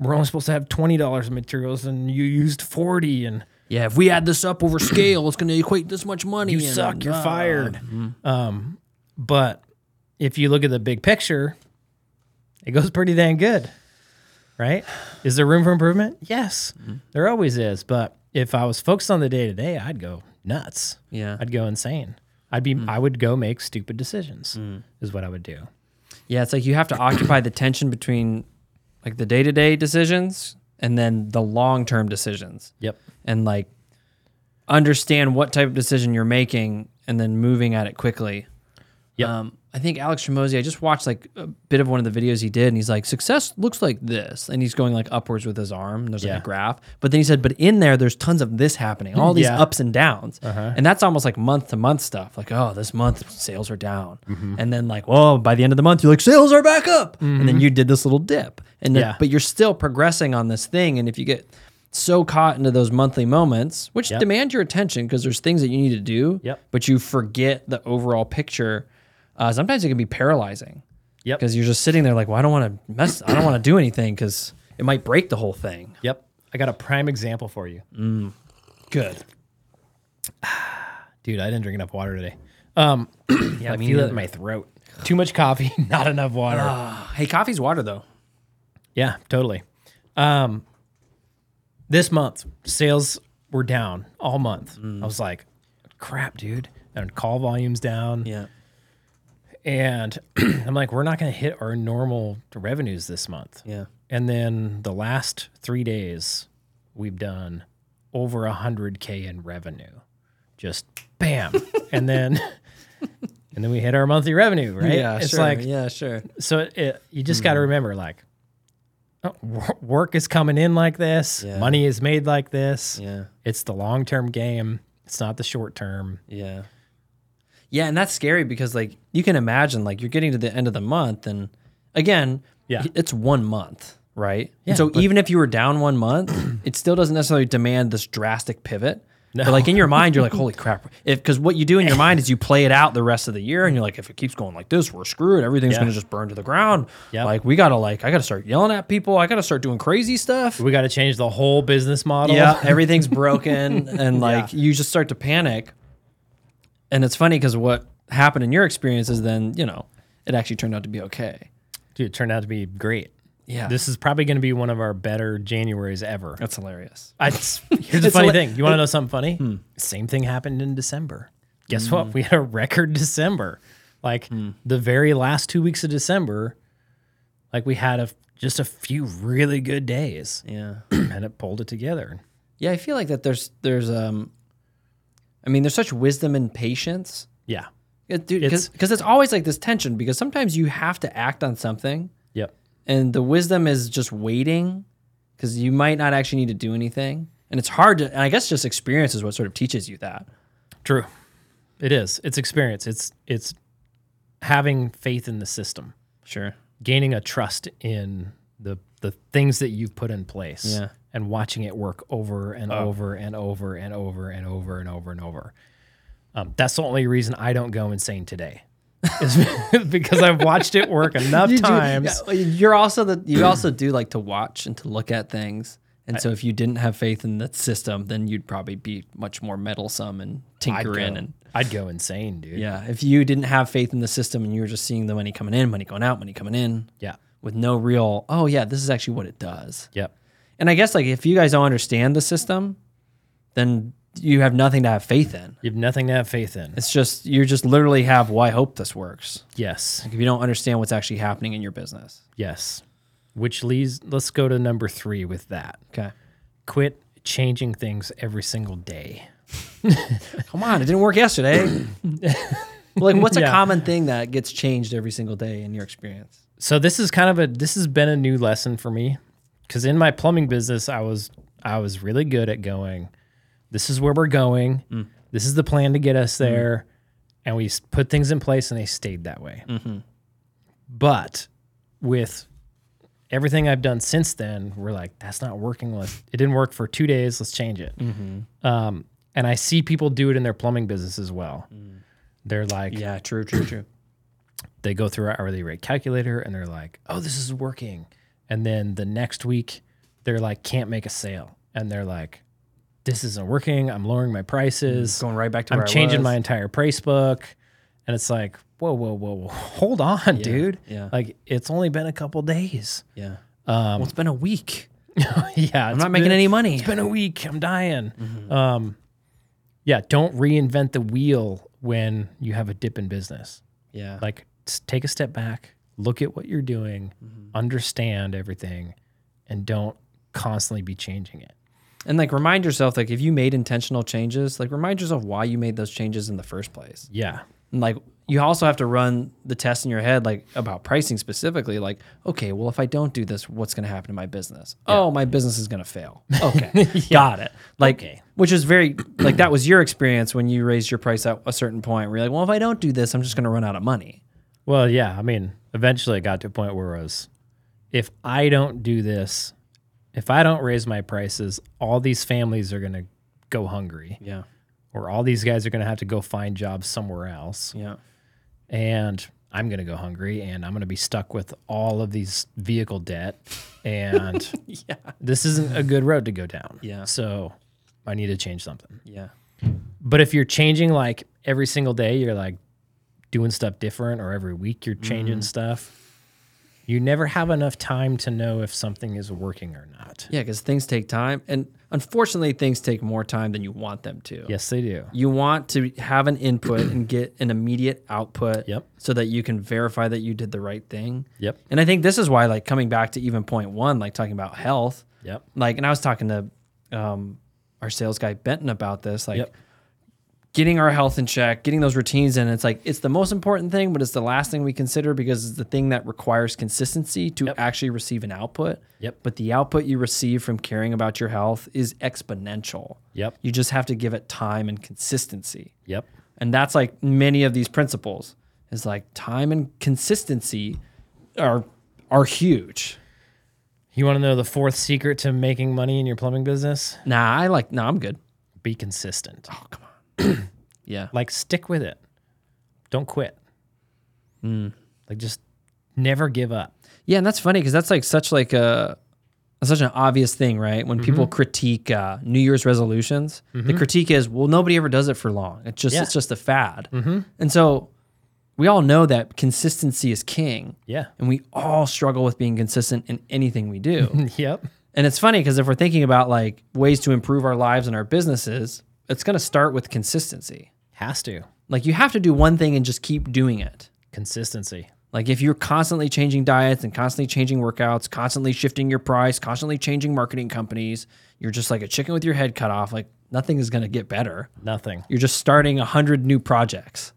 we're only supposed to have twenty dollars in materials, and you used forty, and Yeah. If we add this up over scale, it's going to equate this much money. you and- suck, you're Ah. fired. Um, but if you look at the big picture, it goes pretty dang good, right? Is there room for improvement? Yes, there always is. But if I was focused on the day to day, I'd go nuts. Yeah. I'd go insane. I'd be I would go make stupid decisions is what I would do. Yeah, it's like you have to occupy the tension between like the day to day decisions and then the long term decisions Yep. and like understand what type of decision you're making and then moving at it quickly. Yep. Um, I think Alex Tremozzi, I just watched like a bit of one of the videos he did and he's like, success looks like this. And he's going like upwards with his arm. And there's like Yeah. a graph. But then he said, but in there, there's tons of this happening, all these Yeah. Uh-huh. ups and downs. And that's almost like month to month stuff. Like, oh, this month sales are down. Mm-hmm. And then like, oh, by the end of the month, you're like, sales are back up. And then you did this little dip. And then, Yeah. but you're still progressing on this thing. And if you get so caught into those monthly moments, which demand your attention because there's things that you need to do, Yep. but you forget the overall picture. Uh, sometimes it can be paralyzing Yep. because you're just sitting there like, well, I don't want to mess, I don't want to do anything because it might break the whole thing. Yep. I got a prime example for you. Mm. Good. Dude, I didn't drink enough water today. Um yeah, I me feel it neither. Uh-huh. in my throat. Too much coffee, not enough water. Hey, coffee's water though. Yeah, totally. Um, this month sales were down all month. Mm. I was like, crap, dude. And call volumes down. Yeah. And I'm like, we're not going to hit our normal revenues this month. Yeah. And then the last three days, we've done over 100K in revenue. Just bam. and then. And then we hit our monthly revenue, right? it's like yeah, Mm-hmm. sure. so it, it, you just got to remember like oh, wor- work is coming in like this Yeah. money is made like this Yeah. it's the long-term game It's not the short term. Yeah. Yeah, and that's scary because like you can imagine like you're getting to the end of the month and again, Yeah. it's one month, right? Yeah, and so but- even if you were down one month, it still doesn't necessarily demand this drastic pivot. But like in your mind, you're like, holy crap. If because what you do in your mind is you play it out the rest of the year and you're like, if it keeps going like this, we're screwed. Everything's Yeah. gonna just burn to the ground. Yep. Like we gotta like I gotta start yelling at people, I gotta start doing crazy stuff. We got to change the whole business model. Yeah, everything's broken, and like you just start to panic. And it's funny because what happened in your experience is then you know it actually turned out to be okay. Dude, it turned out to be great. Yeah, This is probably going to be one of our better Januaries ever. that's hilarious. I, it's- here's the It's funny like- Hmm. thing. You want to know something funny? Same thing happened in December. Guess what? We had a record December. Like Hmm. the very last two weeks of December, like we had a just a few really good days, Yeah, and it pulled it together. yeah. I feel like that there's there's um, I mean there's such wisdom and patience. Yeah. It, dude, because it's, it's always like this tension because sometimes you have to act on something Yep. and the wisdom is just waiting because you might not actually need to do anything and it's hard to and i guess just experience is what sort of teaches you that True. It is. It's experience. It's it's having faith in the system, sure gaining a trust in the the things that you've put in place. Yeah. Oh. And watching it work over and over and over and over and over and over and over. Um, that's the only reason I don't go insane today. is because I've watched it work enough You do- times. yeah, you're also the you also do like to watch and to look at things. And so if you didn't have faith in that system, then you'd probably be much more meddlesome and tinker in and I'd go insane, dude. yeah. If you didn't have faith in the system and you were just seeing the money coming in, money going out, money coming in, Yeah. with no real, oh yeah, this is actually what it does. Yep. And I guess like if you guys don't understand the system, then you have nothing to have faith in. You have nothing to have faith in. It's just you just literally have why hope this works. Yes. If you don't understand what's actually happening in your business. Yes. Which leads let's go to number three with that. Okay. quit changing things every single day. come on, it didn't work yesterday. like, what's Yeah. a common thing that gets changed every single day in your experience? So this is kind of a this has been a new lesson for me cuz in my plumbing business I was I was really good at going this is where we're going. This is the plan to get us there and we s- put things in place and they stayed that way. But with everything I've done since then, we're like that's not working. Let's, it didn't work for 2 days, let's change it. Um, and I see people do it in their plumbing business as well. They're like Yeah, true, true, true. they go through our hourly rate calculator and they're like, oh, this is working. And then the next week, they're like, can't make a sale. And they're like, this isn't working. I'm lowering my prices. Going right back to I'm Mm, where I changing was. my entire price book. And it's like, whoa, whoa, whoa, whoa. Hold on, dude. yeah. Like, it's only been a couple days. Yeah. well, it's been a week. yeah. I'm not making any money. Mm-hmm. It's Um, been a week. I'm dying. Um, yeah. Don't reinvent the wheel when you have a dip in business yeah. like s- take a step back look at what you're doing Mm-hmm. understand everything and don't constantly be changing it and like, remind yourself, like, if you made intentional changes, like, remind yourself why you made those changes in the first place. yeah And like, you also have to run the test in your head, like, about pricing specifically. Like, okay, well, if I don't do this, what's going to happen to my business? Oh, my business is going to fail. Okay. Got it. Like, Okay. which is very, like, that was your experience when you raised your price at a certain point where you're like, well, if I don't do this, I'm just going to run out of money. well yeah i mean eventually it got to a point where it was if i don't do this if i don't raise my prices all these families are going to go hungry Yeah. or all these guys are going to have to go find jobs somewhere else Yeah. and i'm going to go hungry and i'm going to be stuck with all of these vehicle debt and Yeah. this isn't a good road to go down. Yeah. So I need to change something. Yeah. But if you're changing like every single day, you're like doing stuff different, or every week you're changing Mm-hmm. stuff, you never have enough time to know if something is working or not. Yeah. Because things take time. And unfortunately, things take more time than you want them to. Yes, they do. You want to have an input and get an immediate output Yep. so that you can verify that you did the right thing. Yep. And I think this is why, like, coming back to even point one, like talking about health, Yep. like, and I was talking to um, our sales guy Benton about this, like, Yep. getting our health in check, getting those routines in. It's like it's the most important thing, but it's the last thing we consider because it's the thing that requires consistency to actually receive an output. Yep. But the output you receive from caring about your health is exponential. Yep. You just have to give it time and consistency. Yep. And that's like many of these principles is like time and consistency are are huge. You want to know the fourth secret to making money in your plumbing business? Nah, I like nah, I'm good. Be consistent. Oh, Yeah. Like stick with it. Don't quit. Like just never give up. Yeah, and that's funny because that's like such like a such an obvious thing, right? When people critique uh, New Year's resolutions, the critique is, well, nobody ever does it for long. It's just Yeah. it's just a fad, and so we all know that consistency is king. Yeah. and we all struggle with being consistent in anything we Mm-hmm. do. Yep. and it's funny because if we're thinking about like ways to improve our lives and our businesses, it's going to start with consistency. Has to. Like you have to do one thing and just keep doing it. Consistency. Like if you're constantly changing diets and constantly changing workouts, constantly shifting your price, constantly changing marketing companies, you're just like a chicken with your head cut off. Like nothing is going to get better. Nothing. You're just starting a hundred new projects.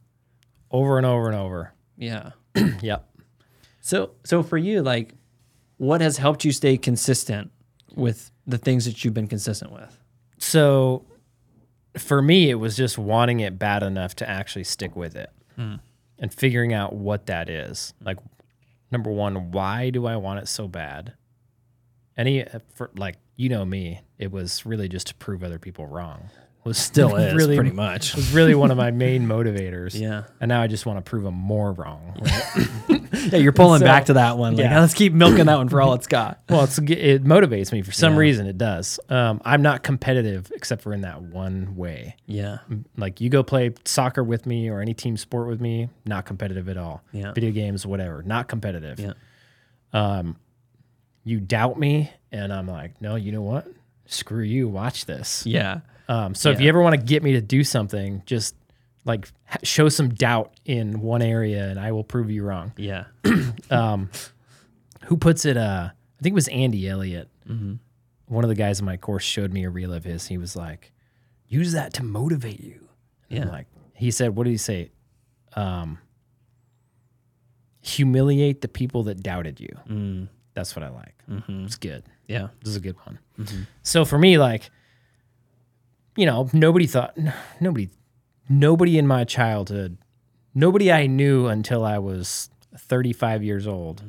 Over and over and over. Yeah. Yep. So so for you, like, what has helped you stay consistent with the things that you've been consistent with? so for me it was just wanting it bad enough to actually stick with it and figuring out what that is like number one why do i want it so bad any uh, for, like you know me it was really just to prove other people wrong was Still is really pretty much. was really one of my main motivators Yeah. and now i just want to prove them more wrong Yeah, you're pulling So- back to that one. Like, Yeah. let's keep milking that one for all it's got. well it's it motivates me for some Yeah. reason it does um, i'm not competitive except for in that one way Yeah. like you go play soccer with me or any team sport with me, not competitive at all. Yeah. Video games, whatever, not competitive. Yeah. Um, you doubt me, and I'm like, no, you know what? Screw you. Watch this. Yeah. Um, so if you ever want to get me to do something, just like ha- show some doubt in one area, and I will prove you wrong. Yeah. Who puts it? Uh, I think it was Andy Elliott. One of the guys in my course showed me a reel of his. He was like, use that to motivate you. And I'm Yeah. like he said, what did he say? Um, humiliate the people that doubted you. Mm. That's what I like. It's good. Yeah. This is a good one. So for me, like, you know, nobody thought, nobody, nobody in my childhood, nobody I knew until I was 35 years old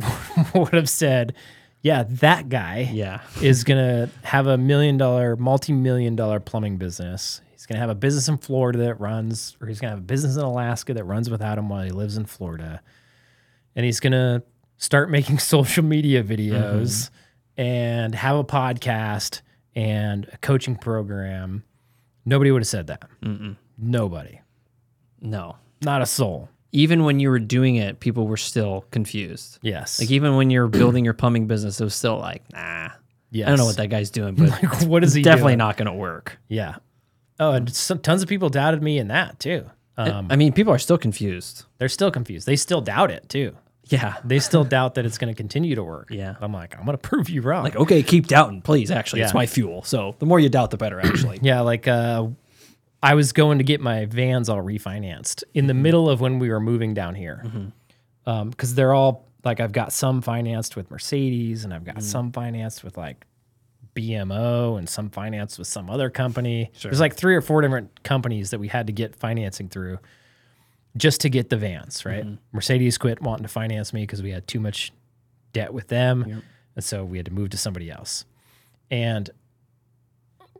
would have said, yeah, that guy Yeah. is going to have a million dollar, multi million dollar plumbing business. He's going to have a business in Florida that runs, or he's going to have a business in Alaska that runs without him while he lives in Florida. And he's going to start making social media videos Mm-hmm. and have a podcast and a coaching program. Nobody would have said that. Nobody. No. Not a soul. Even when you were doing it, people were still confused. Yes. Like even when you're building your plumbing business, it was still like, nah. yes. I don't know what that guy's doing, but it's what is he definitely doing? not going to work. Yeah. Oh, and some, tons of people doubted me in that too. Um, I mean, people are still confused. they're still confused. They still doubt it too. Yeah. they still doubt that it's going to continue to work. Yeah. I'm like, I'm going to prove you wrong. Like, okay, keep doubting, please. Actually, it's Yeah. my fuel. So the more you doubt, the better, actually. yeah. Like, uh, I was going to get my vans all refinanced in the middle of when we were moving down here. Um, cause they're all like, I've got some financed with Mercedes and I've got some financed with like BMO and some financed with some other company. There's like three or four different companies that we had to get financing through just to get the vans, right? Mercedes quit wanting to finance me because we had too much debt with them. And so we had to move to somebody else. And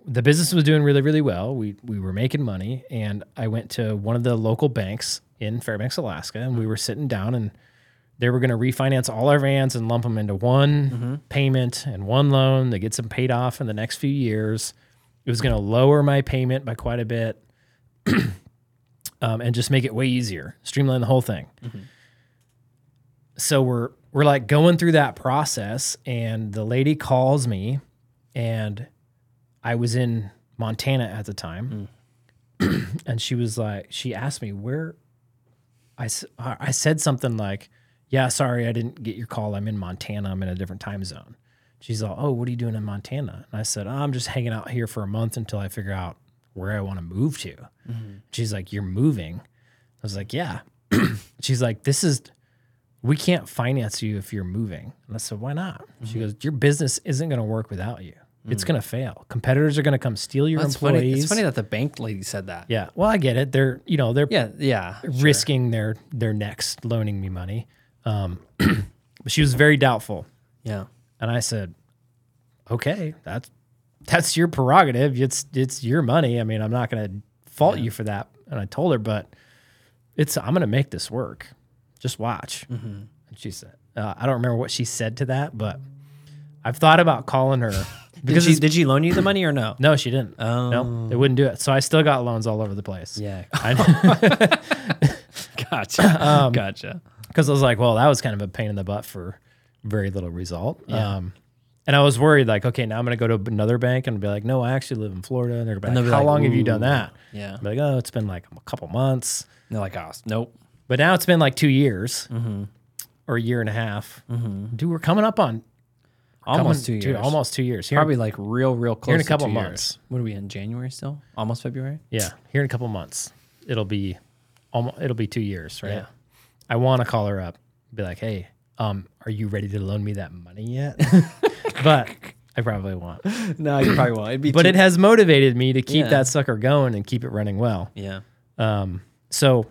the business was doing really, really well. We we were making money. And I went to one of the local banks in Fairbanks, Alaska, and we were sitting down and they were going to refinance all our vans and lump them into one payment and one loan that gets them paid off in the next few years. It was going to lower my payment by quite a bit um, and just make it way easier, streamline the whole thing. So we're we're like going through that process, and the lady calls me, and I was in Montana at the time, and she was like, she asked me where, I s- I I said something like, yeah, sorry, I didn't get your call. I'm in Montana. I'm in a different time zone. She's like, oh, what are you doing in Montana? And I said, oh, I'm just hanging out here for a month until I figure out where I want to move to. Mm-hmm. She's like, You're moving. I was like, Yeah. She's like, This is, we can't finance you if you're moving. And I said, Why not? Mm-hmm. She goes, Your business isn't going to work without you. It's going to fail. Competitors are going to come steal your Mm. That's employees. funny. It's funny that the bank lady said that. Yeah. Well, I get it. They're, you know, they're Yeah. Yeah. risking their their necks loaning me money. Um, but she was very doubtful, Yeah. and I said, "Okay, that's that's your prerogative. It's it's your money. I mean, I'm not going to fault you for that." And I told her, "But it's I'm going to make this work. Just watch." Mm-hmm. And she said, uh, "I don't remember what she said to that, but I've thought about calling her Did because she, it's- did she loan you the money or no? no, she didn't. No, they wouldn't do it. So I still got loans all over the place. Yeah. I, Gotcha. gotcha. because I was like, well, that was kind of a pain in the butt for very little result. Um, and I was worried, like, okay, now I'm going to go to another bank and be like, no, I actually live in Florida. And they're going to they'll be be like, how like, long have you done "Ooh." that? Yeah. I'm like, oh, it's been like a couple months. They're like, oh, nope. But now it's been like two years Mm-hmm. or a year and a half. Dude, we're coming up on coming- Almost two years. Dude, almost two years. Here, Probably like real, real close. in a to couple two years. months. What are we in January still? Almost February. Yeah, here in a couple months, it'll be almost it'll be two years, right? Yeah. I want to call her up, be like, "Hey, um, are you ready to loan me that money yet?" but I probably won't. no, you probably won't. It'd be. But it has motivated me to keep Yeah. that sucker going and keep it running well. yeah. Um, so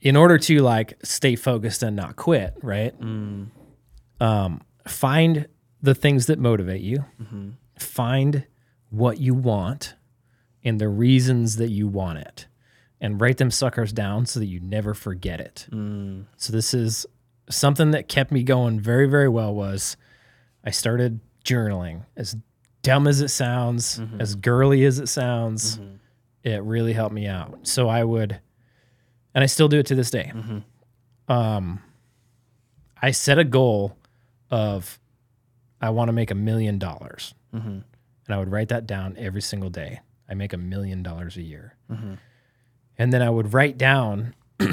in order to like stay focused and not quit, right? Um, find the things that motivate you. Find what you want and the reasons that you want it and write them suckers down so that you never forget it. So this is something that kept me going very very well was I started journaling. As dumb as it sounds, as girly as it sounds, it really helped me out. So I would, and I still do it to this day. Um, I set a goal of I want to make a million dollars, and I would write that down every single day. I make a million dollars a year, and then I would write down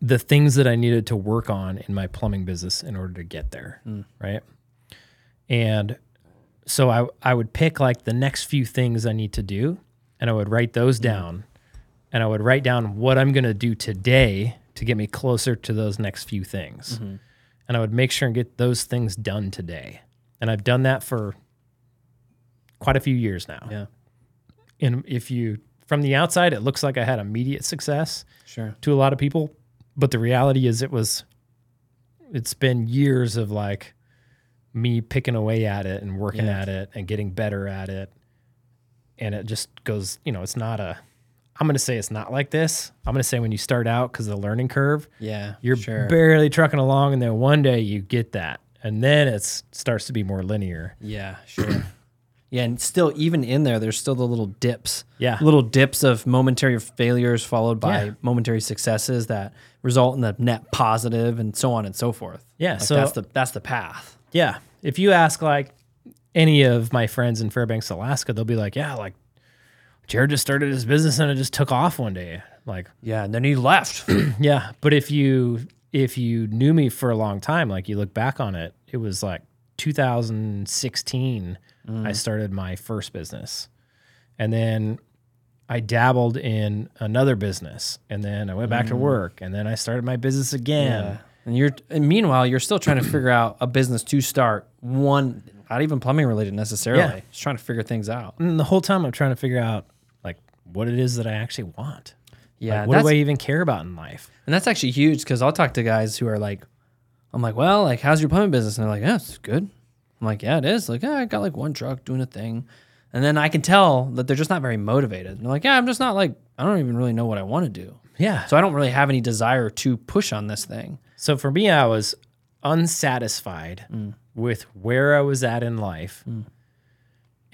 the things that I needed to work on in my plumbing business in order to get there, right? And so I I would pick like the next few things I need to do and I would write those down and I would write down what I'm going to do today to get me closer to those next few things. And I would make sure and get those things done today. And I've done that for quite a few years now. Yeah. And if you from the outside it looks like I had immediate success Sure. to a lot of people, but the reality is it was it's been years of like me picking away at it and working Yeah. at it and getting better at it. And it just goes, you know, it's not a I'm going to say it's not like this. I'm going to say when you start out cuz the learning curve, Yeah. you're sure. barely trucking along and then one day you get that. And then it starts to be more linear. Yeah, sure. yeah, and still, even in there, there's still the little dips. Yeah. Little dips of momentary failures followed by Yeah. momentary successes that result in a net positive and so on and so forth. Yeah, Like so- that's the that's the path. Yeah. If you ask like any of my friends in Fairbanks, Alaska, they'll be like, yeah, like Jared just started his business and it just took off one day. Like, Yeah, and then he left. yeah. But if you if you knew me for a long time, like you look back on it, it was like 2016 I started my first business. And then I dabbled in another business and then I went back to work and then I started my business again. and you're and meanwhile, you're still trying to figure out a business to start. One, not even plumbing related necessarily. Yeah. Just trying to figure things out. And the whole time I'm trying to figure out like what it is that I actually want. Yeah, Like, what do that's- I even care about in life? And that's actually huge because I'll talk to guys who are like, I'm like, well, like, how's your plumbing business? And they're like, yeah, it's good. I'm like, yeah, it is. Like, yeah, I got like one truck doing a thing. And then I can tell that they're just not very motivated. And they're like, yeah, I'm just not like, I don't even really know what I want to do. Yeah. So, So I don't really have any desire to push on this thing. so for me, I was unsatisfied with where I was at in life.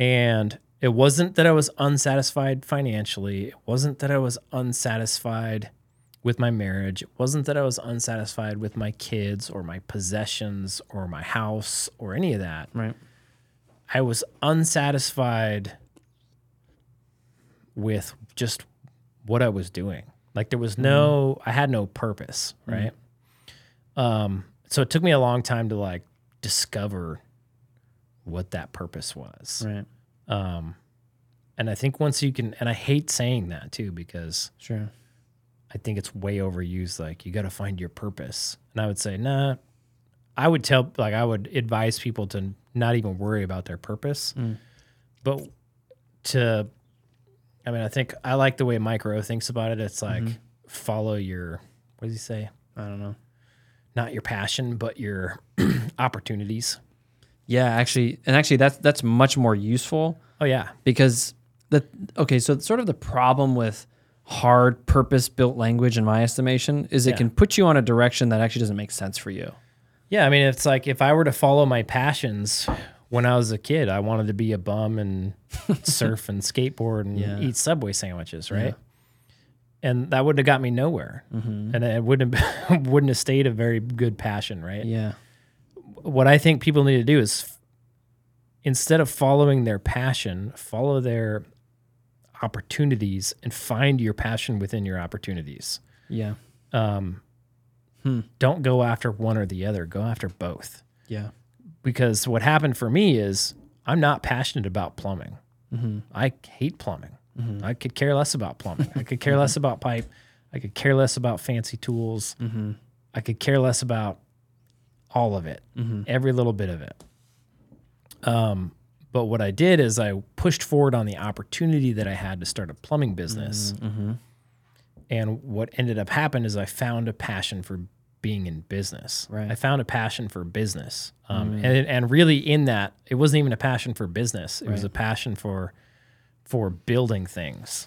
And it wasn't that I was unsatisfied financially. It wasn't that I was unsatisfied with my marriage. It wasn't that I was unsatisfied with my kids or my possessions or my house or any of that. Right. I was unsatisfied with just what I was doing. Like there was no, I had no purpose, right? Um, so it took me a long time to like discover what that purpose was. Right. Um, And I think once you can, and I hate saying that too because Sure. I think it's way overused. Like you got to find your purpose, and I would say, nah. I would tell, like, I would advise people to not even worry about their purpose, but to, I mean, I think I like the way Micro thinks about it. It's like follow your, what does he say? I don't know. Not your passion, but your opportunities. Yeah, actually, and actually, that's that's much more useful Oh yeah, because the okay. So sort of the problem with hard purpose-built language, in my estimation, is it Yeah. can put you on a direction that actually doesn't make sense for you. yeah. I mean, it's like if I were to follow my passions. When I was a kid, I wanted to be a bum and surf and skateboard and Yeah. eat Subway sandwiches, right? And that wouldn't have got me nowhere, Mm-hmm. and it wouldn't have, wouldn't have stayed a very good passion, right? Yeah. what I think people need to do is f- instead of following their passion, follow their opportunities and find your passion within your opportunities. Yeah. Um, Hmm. Don't go after one or the other, go after both. Yeah. Because what happened for me is I'm not passionate about plumbing. I hate plumbing. I could care less about plumbing. I could care less about pipe. I could care less about fancy tools. I could care less about all of it, Mm-hmm. every little bit of it. Um, but what I did is I pushed forward on the opportunity that I had to start a plumbing business. Mm-hmm. And what ended up happening is I found a passion for being in business. Right. Mm-hmm. I found a passion for business. Um, and, and really, in that, it wasn't even a passion for business, it was a passion for for building things.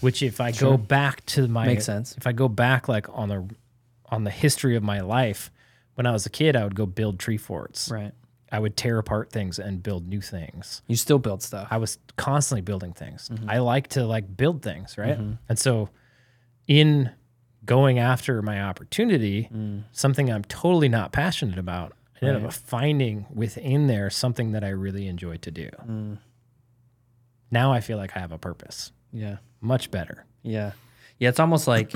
Which, if I go back to my Makes sense. if I go back like on the on the history of my life, when I was a kid, I would go build tree forts. Right. I would tear apart things and build new things. You still build stuff. I was constantly building things. Mm-hmm. I like to like build things, right? And so in going after my opportunity, Mm. something I'm totally not passionate about, I ended up finding within there something that I really enjoy to do. Mm. Now I feel like I have a purpose. yeah. Much better. Yeah. Yeah. It's almost like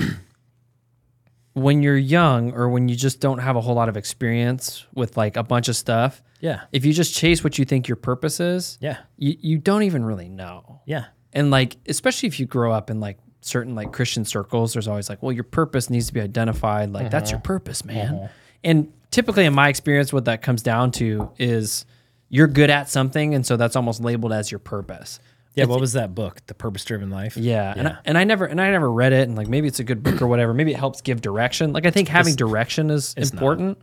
when you're young or when you just don't have a whole lot of experience with like a bunch of stuff, Yeah. if you just chase what you think your purpose is, Yeah. you, you don't even really know. Yeah. And like, especially if you grow up in like certain like Christian circles, there's always like, well, your purpose needs to be identified. Like, that's your purpose, man. And typically, in my experience, what that comes down to is you're good at something. And so that's almost labeled as your purpose. Yeah. What was that book? The Purpose Driven Life? Yeah, And, I, and I never and I never read it, and like maybe it's a good book or whatever. Maybe it helps give direction. Like I think having direction is important,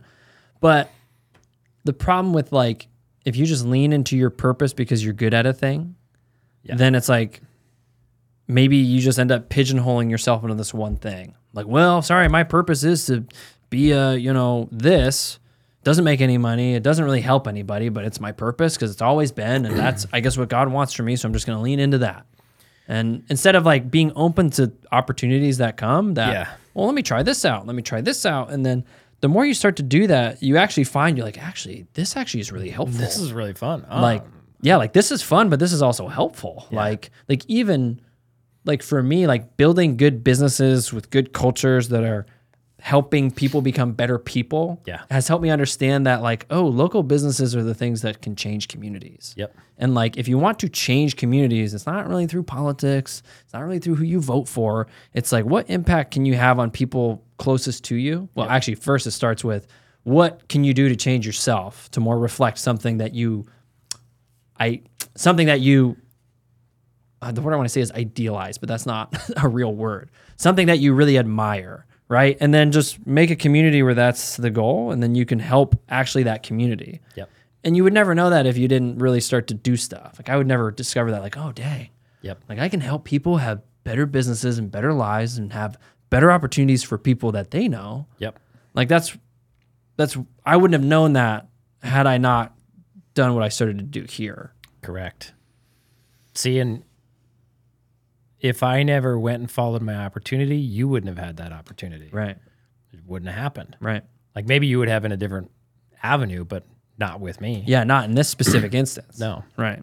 but the problem with like if you just lean into your purpose because you're good at a thing, then it's like maybe you just end up pigeonholing yourself into this one thing. Like, well, sorry, my purpose is to be a you know this doesn't make any money. It doesn't really help anybody, but it's my purpose because it's always been, and that's I guess what God wants for me. So I'm just going to lean into that. And instead of like being open to opportunities that come, that Yeah. well, let me try this out, let me try this out, and then the more you start to do that, you actually find you're like, actually, this actually is really helpful. This is really fun. Oh, like, yeah, like this is fun, but this is also helpful. Like, like even like for me, like building good businesses with good cultures that are helping people become better people Yeah. has helped me understand that like, oh, local businesses are the things that can change communities. Yep. And like, if you want to change communities, it's not really through politics. It's not really through who you vote for. It's like, what impact can you have on people closest to you? Well, actually, first it starts with what can you do to change yourself to more reflect something that you, I, something that you, uh, the word I want to say is idealize, but that's not a real word. Something that you really admire, right? And then just make a community where that's the goal, and then you can help actually that community. Yep. And you would never know that if you didn't really start to do stuff. Like I would never discover that, like, oh dang. Yep. Like I can help people have better businesses and better lives and have better opportunities for people that they know. Yep. Like that's that's I wouldn't have known that had I not done what I started to do here. Correct. See, and if I never went and followed my opportunity, you wouldn't have had that opportunity. Right. It wouldn't have happened. Right. Like maybe you would have in a different avenue, but not with me. Yeah, not in this specific instance. No. Right.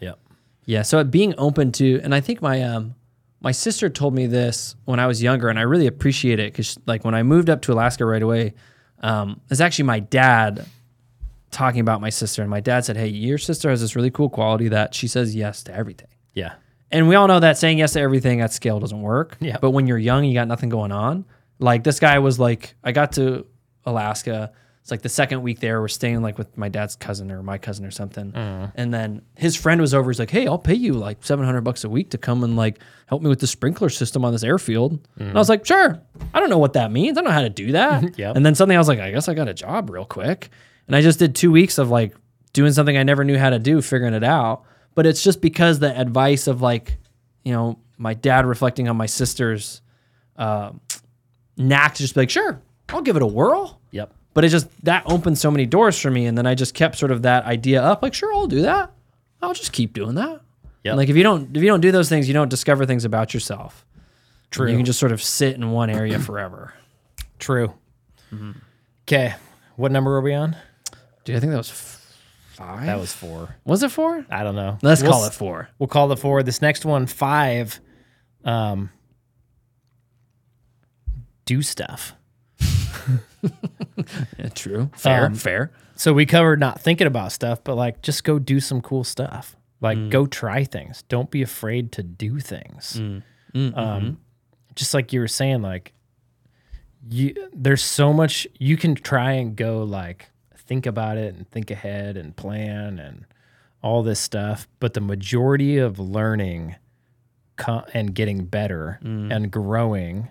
Yep. Yeah, so being open to, and I think my um, my sister told me this when I was younger, and I really appreciate it because, like, when I moved up to Alaska right away, um, it's actually my dad talking about my sister, and my dad said, "Hey, your sister has this really cool quality that she says yes to everything." Yeah. And we all know that saying yes to everything at scale doesn't work. Yeah. But when you're young, you got nothing going on. Like this guy was like, I got to Alaska. It's like the second week there, we're staying like with my dad's cousin or my cousin or something. Mm. And then his friend was over. He's like, Hey, I'll pay you like 700 bucks a week to come and like help me with the sprinkler system on this airfield. And I was like, Sure. I don't know what that means. I don't know how to do that. Mm. Yep. And then suddenly I was like, I guess I got a job real quick. And I just did two weeks of like doing something I never knew how to do, figuring it out. But it's just because the advice of like, you know, my dad reflecting on my sister's uh, knack to just be like, sure, I'll give it a whirl. Yep. But it just, that opened so many doors for me. And then I just kept sort of that idea up like, sure, I'll do that. I'll just keep doing that. Yep. And, Like if you don't, if you don't do those things, you don't discover things about yourself. True. You can just sort of sit in one area forever. True. Mm-hmm. Okay. What number are we on? Dude, I think that was f- five. That was four. was it four? I don't know. Let's We'll call s- it four. We'll call it four. This next one, five. Um, do stuff. Yeah, true. Fair. Um, fair. So we covered not thinking about stuff, but like just go do some cool stuff. Like go try things. Don't be afraid to do things. Um, just like you were saying, like you, there's so much you can try and go like think about it and think ahead and plan and all this stuff. But the majority of learning co- and getting better and growing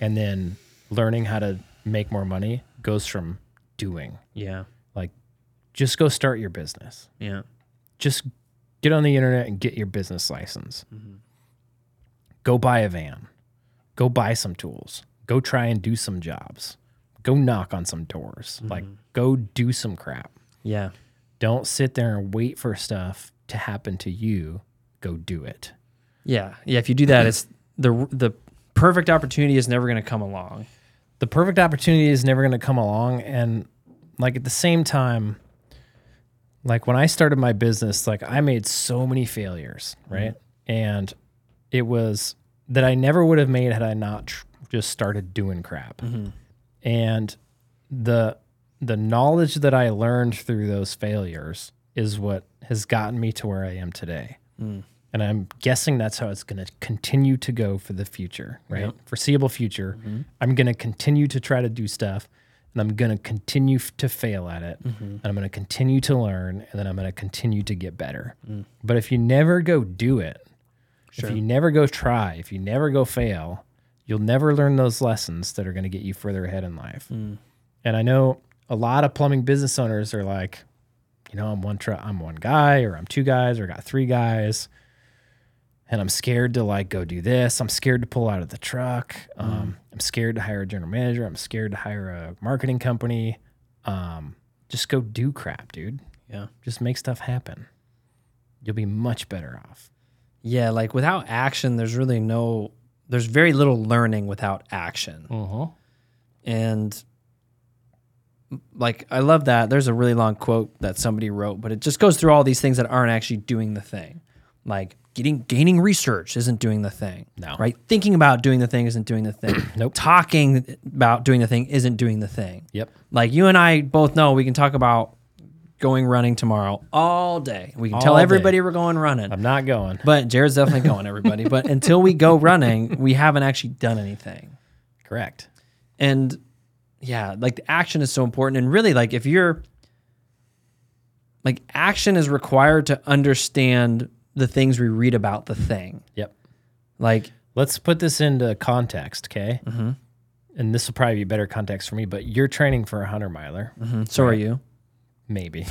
and then learning how to make more money goes from doing Yeah. like just go start your business Yeah. just get on the internet and get your business license go buy a van go buy some tools go try and do some jobs go knock on some doors like go do some crap Yeah. don't sit there and wait for stuff to happen to you go do it Yeah. Yeah. If you do that, it's the the perfect opportunity is never going to come along. the perfect opportunity is never going to come along and like at the same time like when i started my business like i made so many failures right and it was that i never would have made had i not tr- just started doing crap and the the knowledge that i learned through those failures is what has gotten me to where i am today and I'm guessing that's how it's going to continue to go for the future, right? Foreseeable future. I'm going to continue to try to do stuff, and I'm going to continue f- to fail at it, and I'm going to continue to learn, and then I'm going to continue to get better. But if you never go do it, if you never go try, if you never go fail, you'll never learn those lessons that are going to get you further ahead in life. And I know a lot of plumbing business owners are like, you know, I'm one tr- I'm one guy, or I'm two guys, or I got three guys, and I'm scared to like go do this. I'm scared to pull out of the truck. Um, I'm scared to hire a general manager. I'm scared to hire a marketing company. Um, just go do crap, dude. Yeah. Just make stuff happen. You'll be much better off. Yeah. Like without action, there's really no there's very little learning without action. Uh-huh. and like I love that. There's a really long quote that somebody wrote, but it just goes through all these things that aren't actually doing the thing. Like getting gaining research isn't doing the thing. No. Right? Thinking about doing the thing isn't doing the thing. Nope. Talking about doing the thing isn't doing the thing. Yep. Like you and I both know we can talk about going running tomorrow all day. We can All tell day. everybody we're going running. I'm not going. but Jared's definitely going, everybody. But until we go running, we haven't actually done anything Correct. and yeah like the action is so important and really like if you're like action is required to understand the things we read about the thing Yep. like Let's put this into context, okay? Mm-hmm. And this will probably be better context for me, but you're training for a hundred miler, so are you maybe.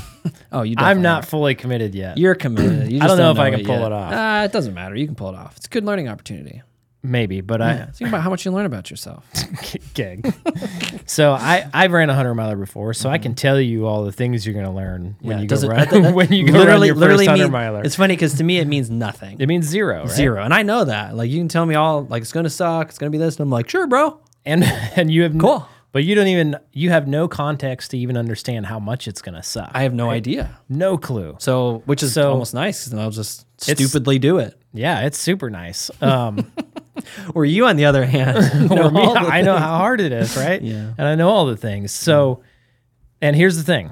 oh you I'm definitely not are. fully committed yet. you're committed you I just don't know if I can it pull yet. it off. Ah, it doesn't matter you can pull it off it's a good learning opportunity maybe, but I think about how much you learn about yourself gig. so I I've ran a hundred miler before, so I can tell you all the things you're gonna learn when Mm-hmm. Yeah, you it go doesn't- run when you go run literally your literally first hundred mean- miler. it's funny because to me it means nothing It means zero, right? zero and i know that like you can tell me all like it's gonna suck it's gonna be this and i'm like sure bro and and you have no, Cool. but you don't even you have no context to even understand how much it's gonna suck. i have no idea no clue. So, which is So- almost nice, and I'll just It's- stupidly do it. Yeah, it's super nice. Um, Or you, on the other hand, know Well, me, all the I know things. how hard it is, right? Yeah. And I know all the things. So, and here's the thing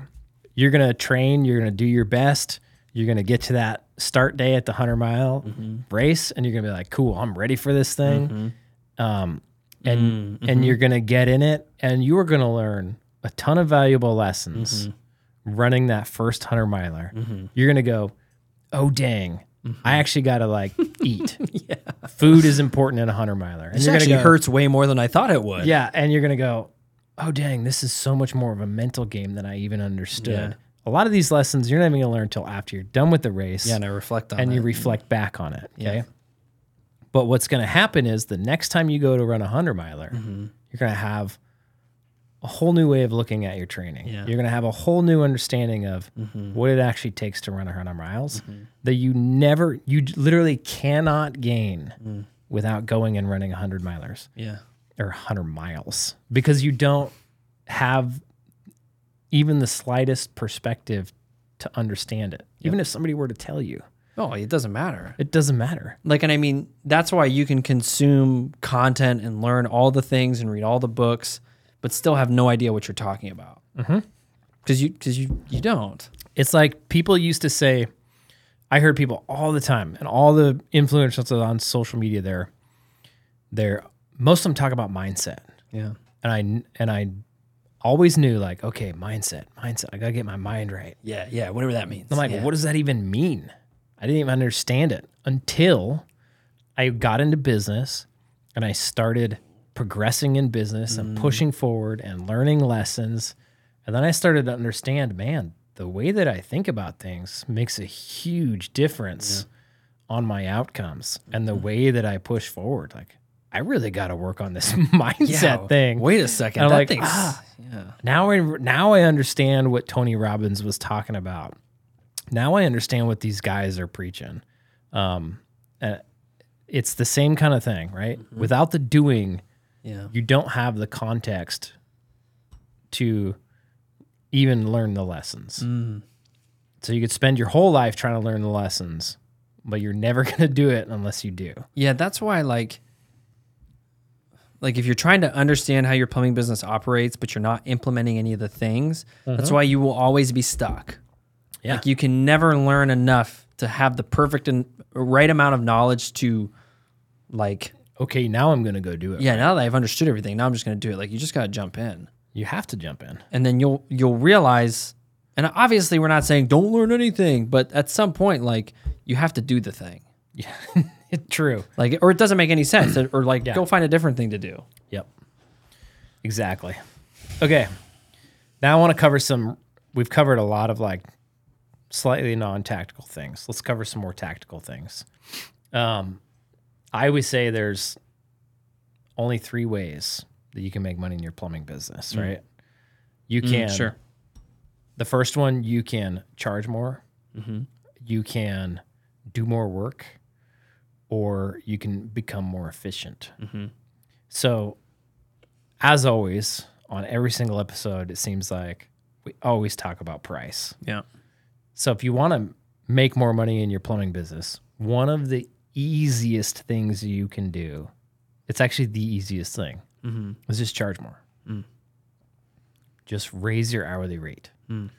you're going to train, you're going to do your best, You're gonna get to that start day at the hundred mile Mm-hmm. race, and you're gonna be like, "Cool, I'm ready for this thing," Mm-hmm. um, and Mm, and you're gonna get in it, and you are gonna learn a ton of valuable lessons Mm-hmm. running that first hundred miler. You're gonna go, "Oh dang." Mm-hmm. I actually gotta like eat. Food is important in a hundred miler. And This you're gonna actually go, hurts way more than I thought it would. yeah, and you're gonna go, oh dang, this is so much more of a mental game than I even understood. Yeah. A lot of these lessons you're not even gonna learn until after you're done with the race. Yeah, and I reflect on and it. you reflect back on it. Okay. Yeah. But what's gonna happen is the next time you go to run a hundred miler, Mm-hmm. you're gonna have a whole new way of looking at your training. Yeah. Mm-hmm. You're gonna have a whole new understanding of what it actually takes to run a hundred miles that you never, you literally cannot gain Mm. without going and running a hundred milers yeah. or 100 miles because you don't have even the slightest perspective to understand it. Even if somebody were to tell you, Oh, it doesn't matter. it doesn't matter. Like, and I mean, that's why you can consume content and learn all the things and read all the books, but still have no idea what you're talking about. Because you, because you, you don't. It's like people used to say, I heard people all the time, and all the influencers on social media, they're, they're most of them talk about mindset. Yeah. And I, and I always knew, like, okay, mindset, mindset, I gotta get my mind right. Yeah. Yeah. Whatever that means. I'm like, what does that even mean? I didn't even understand it until I got into business and I started progressing in business and pushing forward and learning lessons. And then I started to understand, man, the way that I think about things makes a huge difference on my outcomes and the way that I push forward. Like, I really got to work on this mindset thing Wait a second. And I'm that like, thing's, ah. yeah. now I now I understand what Tony Robbins was talking about. Now I understand what these guys are preaching. Um, uh, it's the same kind of thing, right? Without the doing, Yeah. you don't have the context to even learn the lessons. So you could spend your whole life trying to learn the lessons, but you're never going to do it unless you do. Yeah, that's why like like if you're trying to understand how your plumbing business operates but you're not implementing any of the things, that's why you will always be stuck. Yeah. Like you can never learn enough to have the perfect and right amount of knowledge to like Okay, now I'm going to go do it. yeah, now that I've understood everything, now I'm just going to do it. Like you just got to jump in. You have to jump in. And then you'll you'll realize and obviously we're not saying don't learn anything, but at some point like you have to do the thing. True. Like or it doesn't make any sense or like go find a different thing to do. Yep. Exactly. Okay. Now I want to cover some. We've covered a lot of like slightly non-tactical things. Let's cover some more tactical things. Um, I always say there's only three ways that you can make money in your plumbing business, right? You can. Mm, Sure. The first one, you can charge more. Mm-hmm, You can do more work, or you can become more efficient. So, as always, on every single episode, it seems like we always talk about price. Yeah. So, if you want to make more money in your plumbing business, one of the easiest things you can do, it's actually the easiest thing, Mm-hmm. is just charge more. Mm. Just raise your hourly rate. Mm.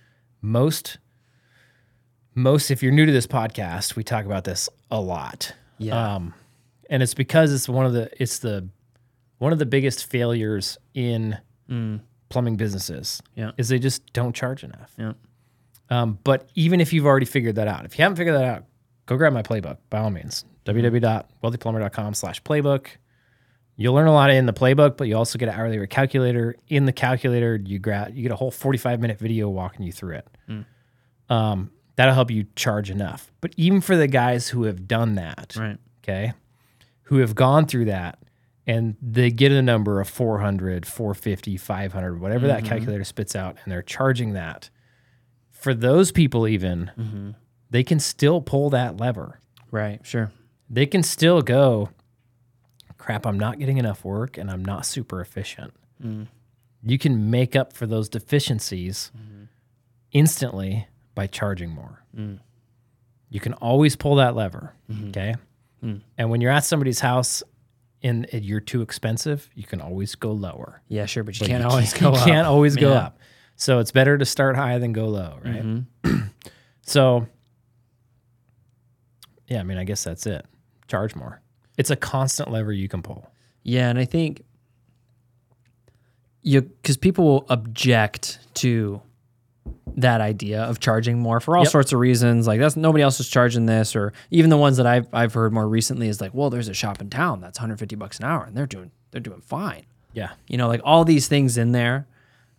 Most, most, if you're new to this podcast, we talk about this a lot. Yeah. Um, and it's because it's one of the it's the one of the biggest failures in plumbing businesses Mm. Yeah. is they just don't charge enough. Yeah. Um, but even if you've already figured that out, if you haven't figured that out, go grab my playbook by all means. www.wealthyplumber.com slash playbook. You'll learn a lot in the playbook, but you also get an hourly rate calculator. In the calculator, you grab you get a whole 45 minute video walking you through it. Um, that'll help you charge enough. But even for the guys who have done that, Right. okay, who have gone through that and they get a number of 400, 450, 500, whatever that calculator spits out, and they're charging that. For those people, even, they can still pull that lever. Right. Sure. They can still go, crap, I'm not getting enough work and I'm not super efficient. You can make up for those deficiencies instantly by charging more. You can always pull that lever. Okay. And when you're at somebody's house and it- you're too expensive, you can always go lower. Yeah. Sure. But you But can't you always can't- go. You can't up. always go Yeah. Mm-hmm. up. So it's better to start high than go low, right? so yeah, I mean, I guess that's it. Charge more. It's a constant lever you can pull. Yeah, and I think you because people will object to that idea of charging more for all Yep. sorts of reasons. Like that's nobody else is charging this, or even the ones that I've I've heard more recently is like, well, there's a shop in town that's 150 bucks an hour, and they're doing they're doing fine. Yeah. You know, like all these things in there.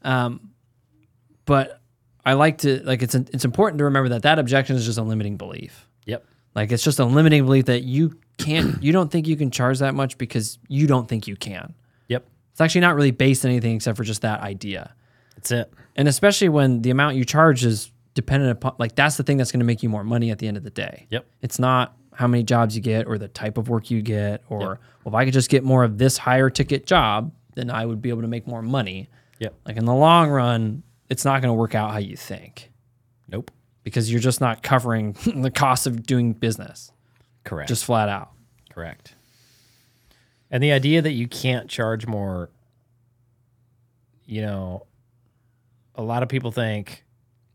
Um, but I like to like it's it's important to remember that that objection is just a limiting belief. Yep. Like it's just a limiting belief that you can't, you don't think you can charge that much because you don't think you can. Yep. It's actually not really based on anything except for just that idea. That's it. And especially when the amount you charge is dependent upon, like that's the thing that's going to make you more money at the end of the day. Yep. It's not how many jobs you get or the type of work you get or, well, if I could just get more of this higher ticket job, then I would be able to make more money. Yep. Like in the long run, it's not going to work out how you think Nope. because you're just not covering the cost of doing business, Correct. just flat out. Correct. And the idea that you can't charge more, you know, a lot of people think,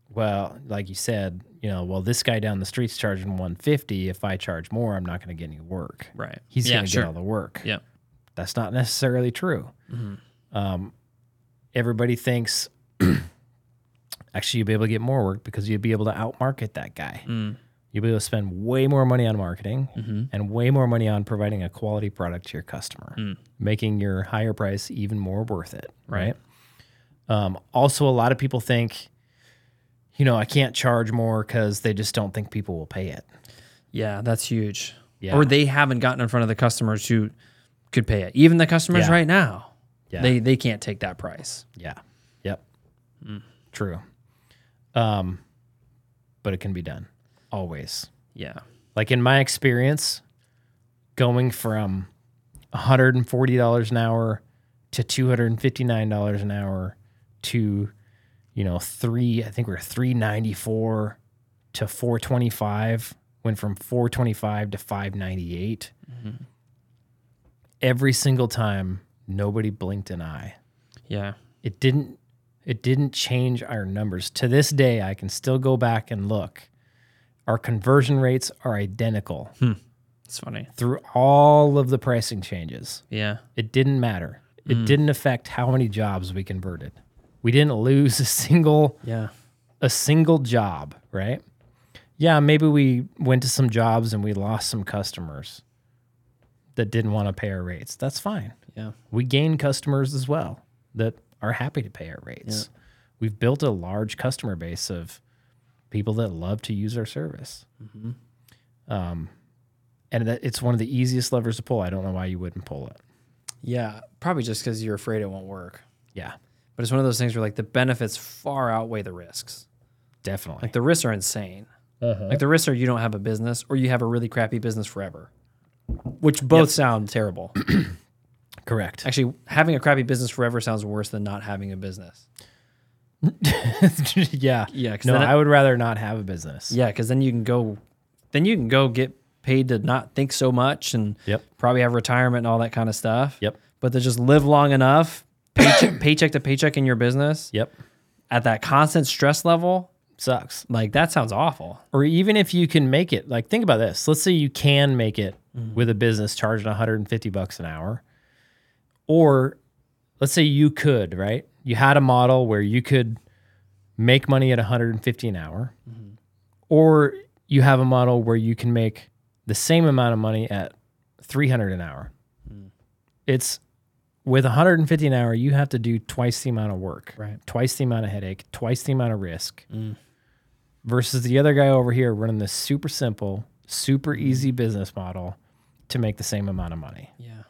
well, like you said, you know, well, this guy down the street's charging 150. If I charge more, I'm not going to get any work. Right. He's yeah, going to sure. get all the work. Yeah. That's not necessarily true. Um, everybody thinks actually you'll be able to get more work because you'll be able to outmarket that guy. You'll be able to spend way more money on marketing and way more money on providing a quality product to your customer, making your higher price even more worth it. Right. Um, also, a lot of people think, you know, I can't charge more because they just don't think people will pay it. Yeah, that's huge. Yeah. Or they haven't gotten in front of the customers who could pay it. Even the customers Yeah. right now, Yeah. they they can't take that price. Yeah. Yep. True. Um, but it can be done always. Yeah. Like in my experience, going from $140 an hour to $259 an hour to, you know, three, I think we we're 394 to 425, went from 425 to 598. Every single time, nobody blinked an eye Yeah. it didn't it didn't change our numbers to this day i can still go back and look our conversion rates are identical It's funny. through all of the pricing changes Yeah. it didn't matter it didn't affect how many jobs we converted we didn't lose a single Yeah. a single job, right? Yeah, maybe we went to some jobs and we lost some customers that didn't want to pay our rates. That's fine. Yeah. We gain customers as well that are happy to pay our rates. We've built a large customer base of people that love to use our service. Mm-hmm. Um, and that it's one of the easiest levers to pull. I don't know why you wouldn't pull it. Yeah. Probably just because you're afraid it won't work. Yeah, But it's one of those things where like the benefits far outweigh the risks. definitely. Like the risks are insane. Uh-huh. Like the risks are you don't have a business or you have a really crappy business forever. Which both sound terrible. Correct. Actually, having a crappy business forever sounds worse than not having a business. yeah. Yeah, 'cause No, then it- I would rather not have a business. Yeah, because then you can go, then you can go get paid to not think so much and Yep. probably have retirement and all that kind of stuff. Yep. But to just live long enough, paycheck, paycheck to paycheck in your business Yep. at that constant stress level, Sucks. like that sounds awful. or even if you can make it like think about this let's say you can make it with a business charging 150 bucks an hour or let's say you could right you had a model where you could make money at 150 an hour or you have a model where you can make the same amount of money at 300 an hour it's with 150 an hour you have to do twice the amount of work Right. twice the amount of headache twice the amount of risk versus the other guy over here running this super simple, super easy business model to make the same amount of money. Yeah.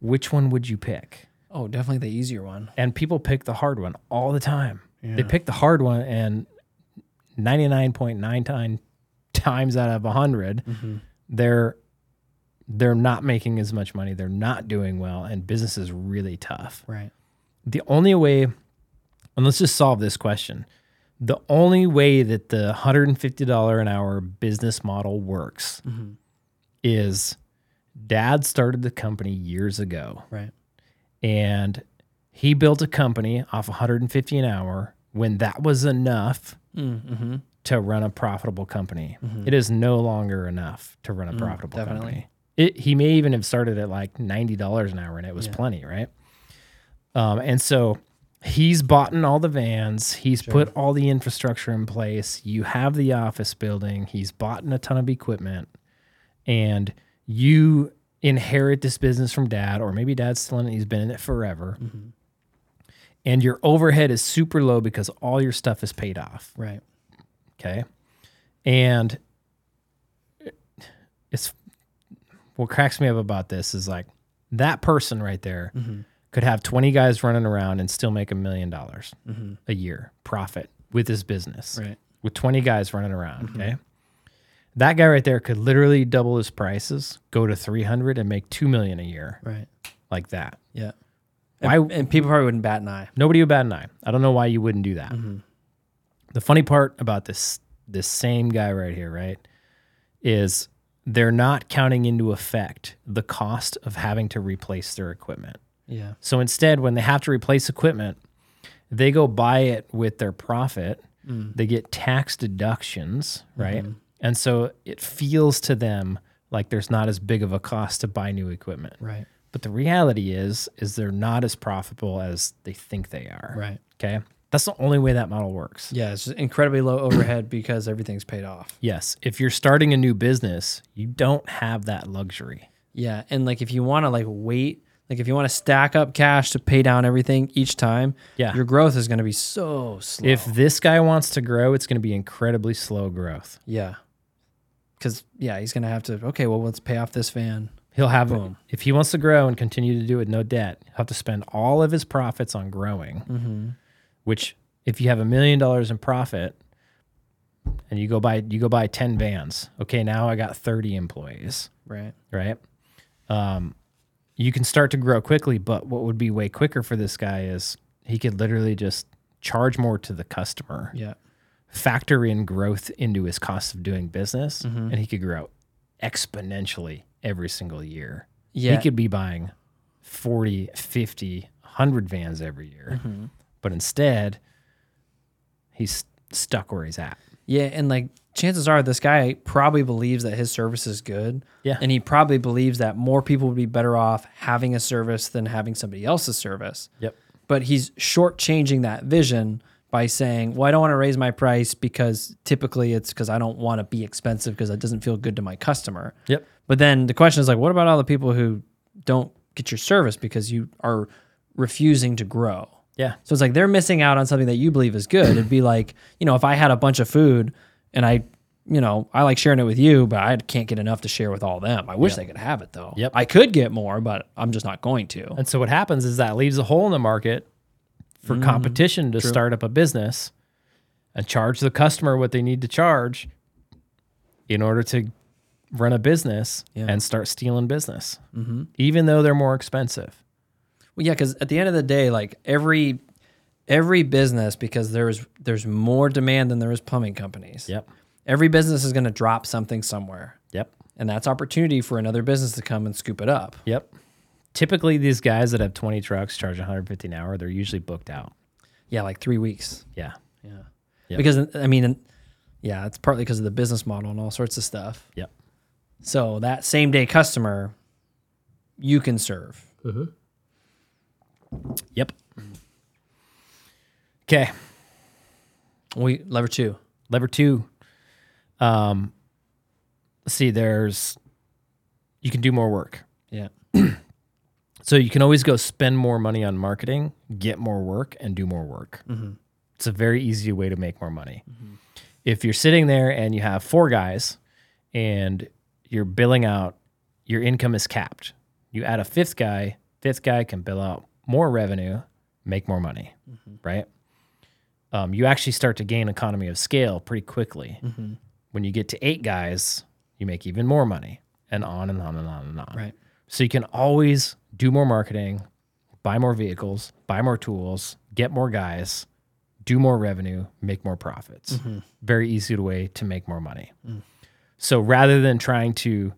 Which one would you pick? Oh, definitely the easier one. And people pick the hard one all the time. They pick the hard one, and 99.99 times out of 100, they're they're not making as much money. They're not doing well, and business is really tough. Right. the only way, and let's just solve this question. The only way that the $150 an hour business model works is dad started the company years ago Right. and he Mm, mm-hmm. built a company off 150 an hour when that was enough to run a profitable company. It is no longer enough to run a profitable definitely. company. It, he may even have started at like ninety dollars an hour, and it was plenty, right? Um, and so he's bought in all the vans. He's put all the infrastructure in place. You have the office building. He's bought in a ton of equipment, and you inherit this business from dad, or maybe dad's still in it. He's been in it forever. And your overhead is super low because all your stuff is paid off. Right. Okay. And it's what cracks me up about this is like that person right there could have 20 guys running around and still make a million dollars a year profit with his business, Right. with 20 guys running around. Okay. That guy right there could literally double his prices, go to 300 and make 2 million a year Right. like that. Yeah. Why- And, and people probably wouldn't bat an eye. Nobody would bat an eye. I don't know why you wouldn't do that. The funny part about this this same guy right here, right, is they're not counting into effect the cost of having to replace their equipment. Yeah. So instead, when they have to replace equipment, they go buy it with their profit. They get tax deductions, right? And so it feels to them like there's not as big of a cost to buy new equipment. Right. But the reality is, is they're not as profitable as they think they are. Right. Okay. That's the only way that model works. Yeah. It's just incredibly low overhead because everything's paid off. Yes. If you're starting a new business, you don't have that luxury. Yeah. And like if you want to like wait, like if you want to stack up cash to pay down everything each time, Yeah. your growth is going to be so slow. If this guy wants to grow, it's going to be incredibly slow growth. yeah. Cause yeah, he's going to have to, okay, well, let's pay off this van. He'll have, Boom. if he wants to grow and continue to do it no debt, he'll have to spend all of his profits on growing, which if you have a million dollars in profit and you go buy, you go buy 10 vans. Okay. Now I got 30 employees. Right. right? Um, you can start to grow quickly, but what would be way quicker for this guy is he could literally just charge more to the customer, Yeah. factor in growth into his cost of doing business, and he could grow exponentially every single year. Yeah. He could be buying 40, 50, 100 vans every year, but instead, he's stuck where he's at. Yeah, and like chances are this guy probably believes that his service is good. Yeah. And he probably believes that more people would be better off having a service than having somebody else's service. Yep. But he's shortchanging that vision by saying, Well, I don't want to raise my price because typically it's because I don't want to be expensive because it doesn't feel good to my customer. Yep. But then the question is like, what about all the people who don't get your service because you are refusing to grow? Yeah. So it's like they're missing out on something that you believe is good. It'd be like, you know, if I had a bunch of food and I, you know, I like sharing it with you, but I can't get enough to share with all them. I wish they could have it though. Yep. I could get more, but I'm just not going to. And so what happens is that leaves a hole in the market for competition to start up a business and charge the customer what they need to charge in order to run a business and start stealing business, even though they're more expensive. Well, yeah, because at the end of the day, like every every business, because there's there's more demand than there is plumbing companies. Yep. Every business is going to drop something somewhere, Yep. and that's opportunity for another business to come and scoop it up. Yep. Typically, these guys that have 20 trucks charge 150 an hour. They're usually booked out. Yeah, like three weeks. Yeah. Yeah. Yeah. Because I mean, yeah, it's partly because of the business model and all sorts of stuff. Yep. So that same day customer, you can serve. Yep. Okay. We lever two. lever two um let's see there's you can do more work Yeah. so you can always go spend more money on marketing get more work and do more work it's a very easy way to make more money if you're sitting there and you have four guys and you're billing out your income is capped you add a fifth guy fifth guy can bill out more revenue make more money right um, you actually start to gain economy of scale pretty quickly when you get to eight guys you make even more money and on and on and on and on Right. so you can always do more marketing buy more vehicles buy more tools get more guys do more revenue make more profits Mm-hmm. Mm. very easy way to make more money so rather than trying to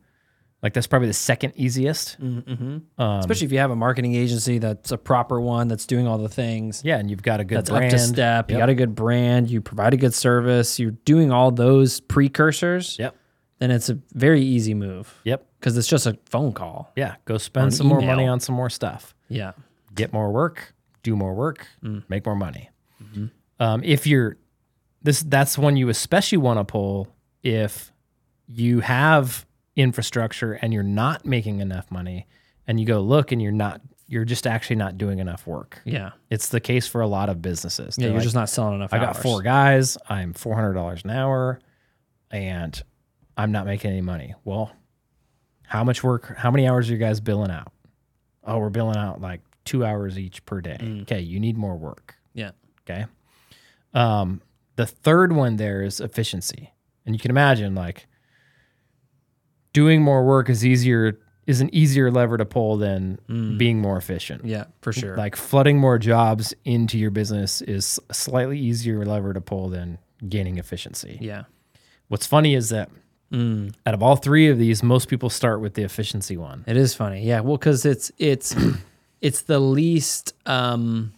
Like that's probably the second easiest. Mm. Especially if you have a marketing agency that's a proper one that's doing all the things. Yeah, and you've got a good That's brand. up to step. You Yep. got a good brand. You provide a good service. You're doing all those precursors. Yep. Then it's a very easy move Yep. because it's just a phone call. Yeah. Go spend some more money email. on some more stuff. Yeah. get more work, do more work, Mm. make more money. Mm-hmm. Um, if you're this, that's one you especially want to pull if you have infrastructure and you're not making enough money, and you go look and you're not, you're just actually not doing enough work. Yeah. It's the case for a lot of businesses. Yeah. They're You're like, just not selling enough. I got four guys. I'm four hundred dollars an hour, and I'm not making any money. Well, how much work? How many hours are you guys billing out? Oh, we're billing out like two hours each per day. Okay, you need more work. Yeah. Okay. Um, the third one there is efficiency, and you can imagine like doing more work is easier is an easier lever to pull than being more efficient. Yeah. For sure. Like flooding more jobs into your business is a slightly easier lever to pull than gaining efficiency. yeah. What's funny is that mm. out of all three of these, most people start with the efficiency one. It is funny. Yeah. Well, because it's it's it's the least. um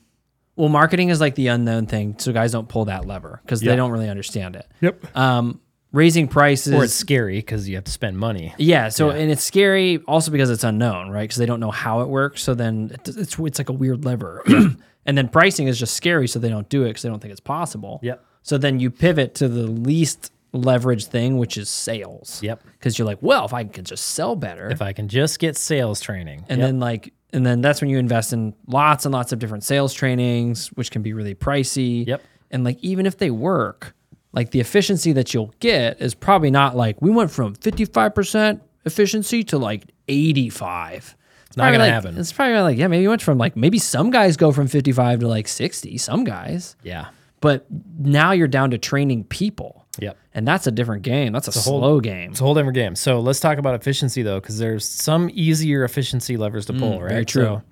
Well, marketing is like the unknown thing, so guys don't pull that lever because Yeah. they don't really understand it. Yep. Um, raising prices Or it's scary because you have to spend money. Yeah. So and it's scary also because it's unknown, right? Because they don't know how it works. So then it- it's it's like a weird lever. and then pricing is just scary, so they don't do it because they don't think it's possible. Yep. So then you pivot to the least leverage thing, which is sales. Yep. Because you're like, well, if I can just sell better, If I can just get sales training. and then like and then that's when you invest in lots and lots of different sales trainings which can be really pricey Yep. and like even if they work like the efficiency that you'll get is probably not like we went from 55% efficiency to like 85 it's not probably gonna like- happen. It's probably like, yeah, maybe you went from like, maybe some guys go from 55 to like 60, some guys, yeah. but now you're down to training people. Yep. And that's a different game. That's a, slow game. It's a whole different game. So let's talk about efficiency though, because there's some easier efficiency levers to pull, right? Mm, Very true. So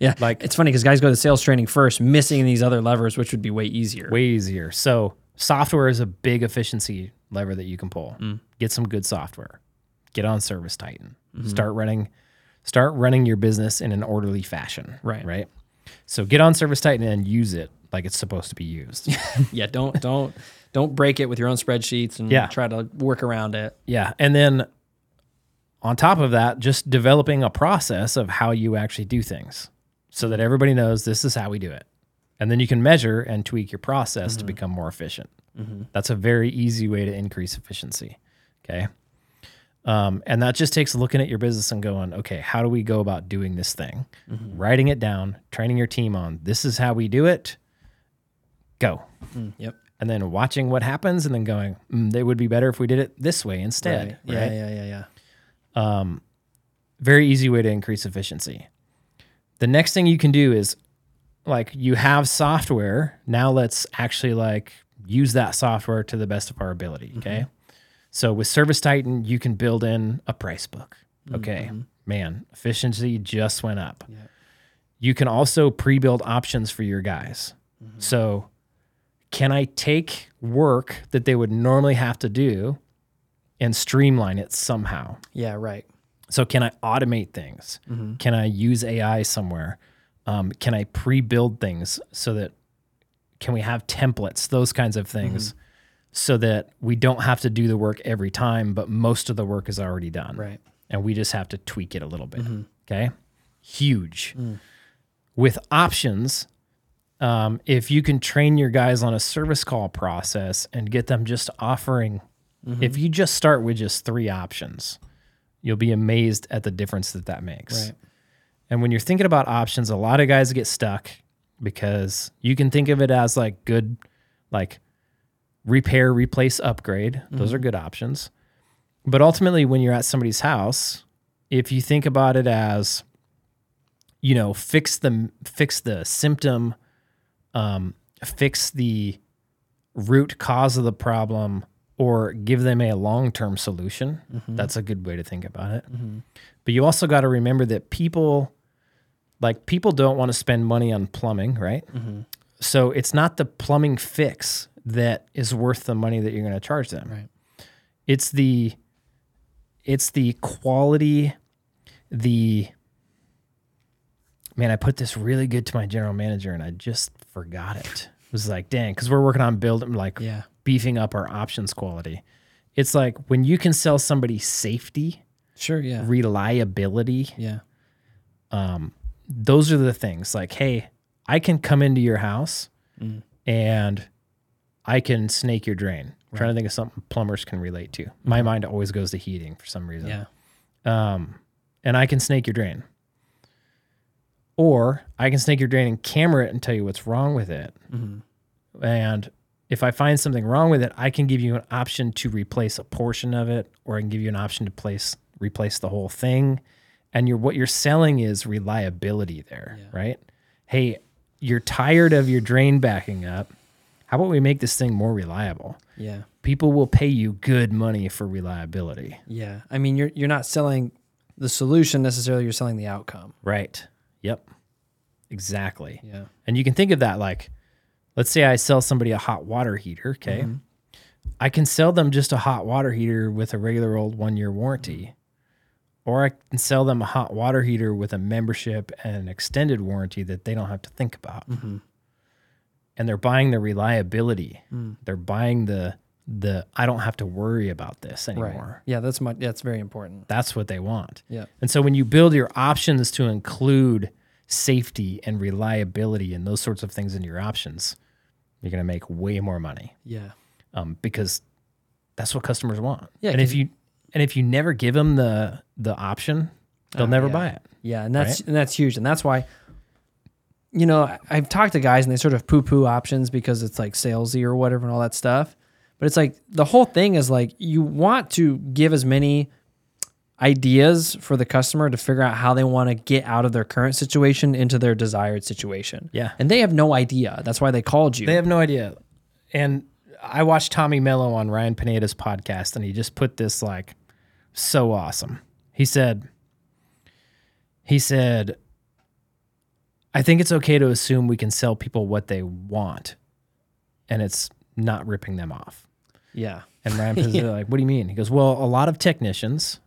yeah. like- Like it's funny because guys go to sales training first, missing these other levers, which would be way easier. way easier. So software is a big efficiency lever that you can pull. Mm. Get some good software. Get on Service Titan. Mm-hmm. Start running start running your business in an orderly fashion. Right. Right. So get on Service Titan and use it like it's supposed to be used. yeah. Don't don't don't break it with your own spreadsheets and Yeah. try to work around it. yeah. And then on top of that, just developing a process of how you actually do things so that everybody knows this is how we do it. And then you can measure and tweak your process to become more efficient. That's a very easy way to increase efficiency. Okay. Um, and that just takes looking at your business and going, okay, how do we go about doing this thing? Writing it down, training your team on this is how we do it. Go Yep. and then watching what happens and then going, mm, it would be better if we did it this way instead. Right. Yeah. Yeah. Yeah. Yeah. Very easy way to increase efficiency. The next thing you can do is like you have software. Now let's actually like use that software to the best of our ability. Okay. So with Service Titan, you can build in a price book. Okay. Man, efficiency just went up. You can also pre build options for your guys. So can I take work that they would normally have to do and streamline it somehow? Yeah. Right. So can I automate things? Can I use AI somewhere? Um, can I pre-build things so that can we have templates, those kinds of things, so that we don't have to do the work every time, but most of the work is already done. Right. And we just have to tweak it a little bit. Okay. Huge. With options, um, if you can train your guys on a service call process and get them just offering, if you just start with just three options, you'll be amazed at the difference that that makes. Right. And when you're thinking about options, a lot of guys get stuck because you can think of it as like good, like repair, replace, upgrade. Those are good options. But ultimately, when you're at somebody's house, if you think about it as, you know, fix the fix the symptom, um, fix the root cause of the problem, or give them a long term solution. That's a good way to think about it. But you also got to remember that people, like people, don't want to spend money on plumbing, right? So it's not the plumbing fix that is worth the money that you're going to charge them. Right. It's the It's the quality, the man. I put this really good to my general manager, and I just forgot it. It was like, dang, because we're working on building, like, Yeah. beefing up our options quality. It's like when you can sell somebody safety, Sure. Yeah. reliability, yeah. um, those are the things like hey i can come into your house and i can snake your drain I'm trying to think of something plumbers can relate to my mind always goes to heating for some reason Yeah. um, and i can snake your drain or i can snake your drain and camera it and tell you what's wrong with it and if i find something wrong with it i can give you an option to replace a portion of it or i can give you an option to place replace the whole thing and you're what you're selling is reliability there right hey you're tired of your drain backing up how about we make this thing more reliable Yeah. people will pay you good money for reliability Yeah. I mean, you're you're not selling the solution necessarily. You're selling the outcome. right yep exactly Yeah. And you can think of that like, let's say I sell somebody a hot water heater, okay? I can sell them just a hot water heater with a regular old one year warranty, or I can sell them a hot water heater with a membership and an extended warranty that they don't have to think about. And they're buying the reliability. They're buying the the I don't have to worry about this Right. anymore. Yeah. That's my. That's very important. That's what they want. Yeah. And so when you build your options to include safety and reliability and those sorts of things in your options, you're going to make way more money Yeah. um, because that's what customers want. Yeah, and if 'cause- you and if you never give them the the option, they'll never Uh, yeah. buy it. Yeah, and that's and that's huge, and that's why, you know, I- I've talked to guys and they sort of poo-poo options because it's like salesy or whatever and all that stuff. But it's like the whole thing is like you want to give as many ideas for the customer to figure out how they want to get out of their current situation into their desired situation. Yeah. and they have no idea. That's why they called you. They have no idea. And I watched Tommy Mello on Ryan Pineda's podcast, and he just put this like so awesome. He said, he said, I think it's okay to assume we can sell people what they want, and it's not ripping them off. yeah, And Ryan Pineda like, what do you mean? He goes, well, a lot of technicians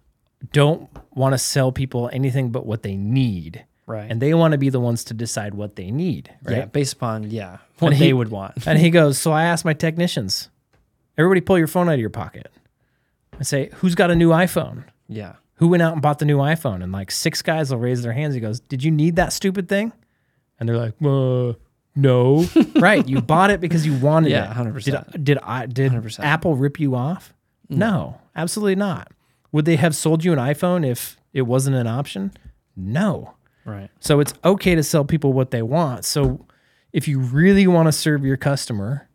don't want to sell people anything but what they need, right. and they want to be the ones to decide what they need, right? yeah, based upon yeah what he- they would want. And he goes, So I asked my technicians, everybody pull your phone out of your pocket. I say, Who's got a new iPhone? yeah, Who went out and bought the new iPhone? And like six guys will raise their hands. He goes, Did you need that stupid thing? And they're like, uh, no. right. You bought it because you wanted Yeah, it. 100%. Did, did I did 100%. Apple rip you off? Mm. No. absolutely not. Would they have sold you an iPhone if it wasn't an option? No. right. So it's okay to sell people what they want. So if you really want to serve your customer,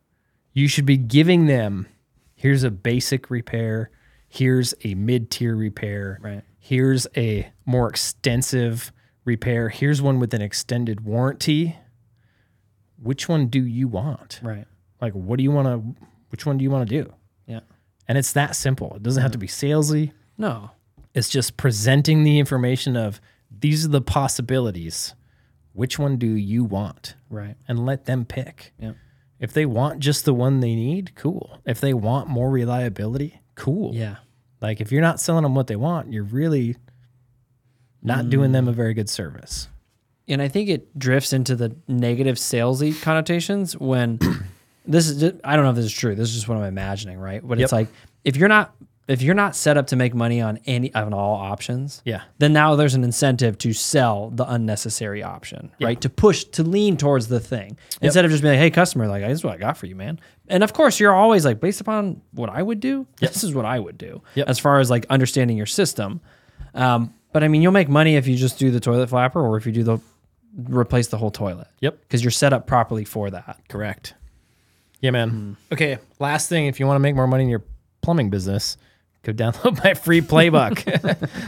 you should be giving them here's a basic repair, here's a mid tier repair, Right. here's a more extensive repair, here's one with an extended warranty. Which one do you want? Right. Like, what do you want to, which one do you want to do? Yeah. And it's that simple. It doesn't have to be salesy. No. It's just presenting the information of these are the possibilities. Which one do you want? Right. And let them pick. Yeah. If they want just the one they need, cool. If they want more reliability, cool. Yeah. Like if you're not selling them what they want, you're really not doing them a very good service. and I think it drifts into the negative salesy connotations when this is just, I don't know if this is true. This is just what I'm imagining, right? But Yep. it's like if you're not if you're not set up to make money on any on all options, Yeah. then now there's an incentive to sell the unnecessary option, right? To push to lean towards the thing instead of just being like, "Hey, customer, like this is what I got for you, man." And of course, you're always like, based upon what I would do, this is what I would do Yep. as far as like understanding your system. Um, but I mean, you'll make money if you just do the toilet flapper or if you do the replace the whole toilet. Yep. Because you're set up properly for that. Correct. Yeah, man. Okay. Last thing, if you want to make more money in your plumbing business, go download my free playbook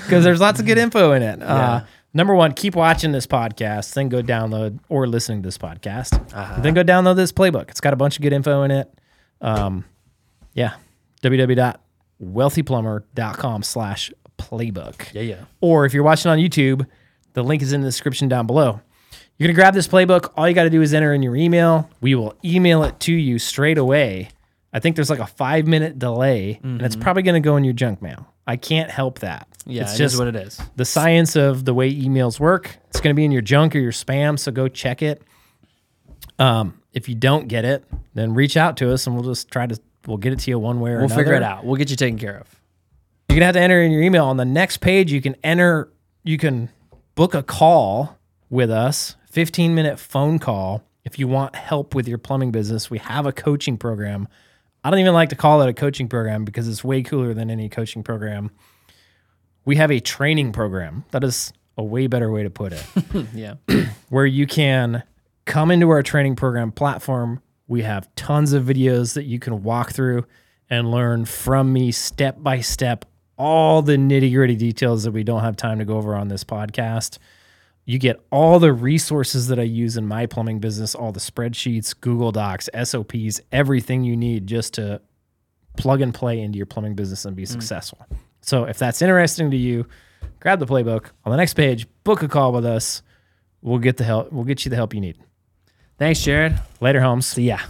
because there's lots of good info in it. Uh, number one, keep watching this podcast, then go download or listening to this podcast, then go download this playbook. It's got a bunch of good info in it. Um, yeah. www.wealthyplumber.com slash playbook. Yeah, yeah. Or if you're watching on YouTube, the link is in the description down below. You're going to grab this playbook. All you got to do is enter in your email. We will email it to you straight away. I think there's like a five minute delay, and it's probably going to go in your junk mail. I can't help that. Mm-hmm. Yeah, it's it is just what it is. the science of the way emails work. It's going to be in your junk or your spam, so go check it. Um, if you don't get it, then reach out to us and we'll just try to we'll get it to you one way or We'll another. figure it out. We'll get you taken care of. You're gonna have to enter in your email. On the next page, you can enter, you can book a call with us, 15 minute phone call. If you want help with your plumbing business, we have a coaching program. I don't even like to call it a coaching program because it's way cooler than any coaching program. We have a training program. That is a way better way to put it Yeah. where you can come into our training program platform. We have tons of videos that you can walk through and learn from me step by step all the nitty gritty details that we don't have time to go over on this podcast. You get all the resources that I use in my plumbing business, all the spreadsheets, Google Docs, SOPs, everything you need just to plug and play into your plumbing business and be successful. So if that's interesting to you, grab the playbook on the next page, book a call with us. We'll get the help. We'll get you the help you need. Thanks, Jared. Later, Holmes. So yeah.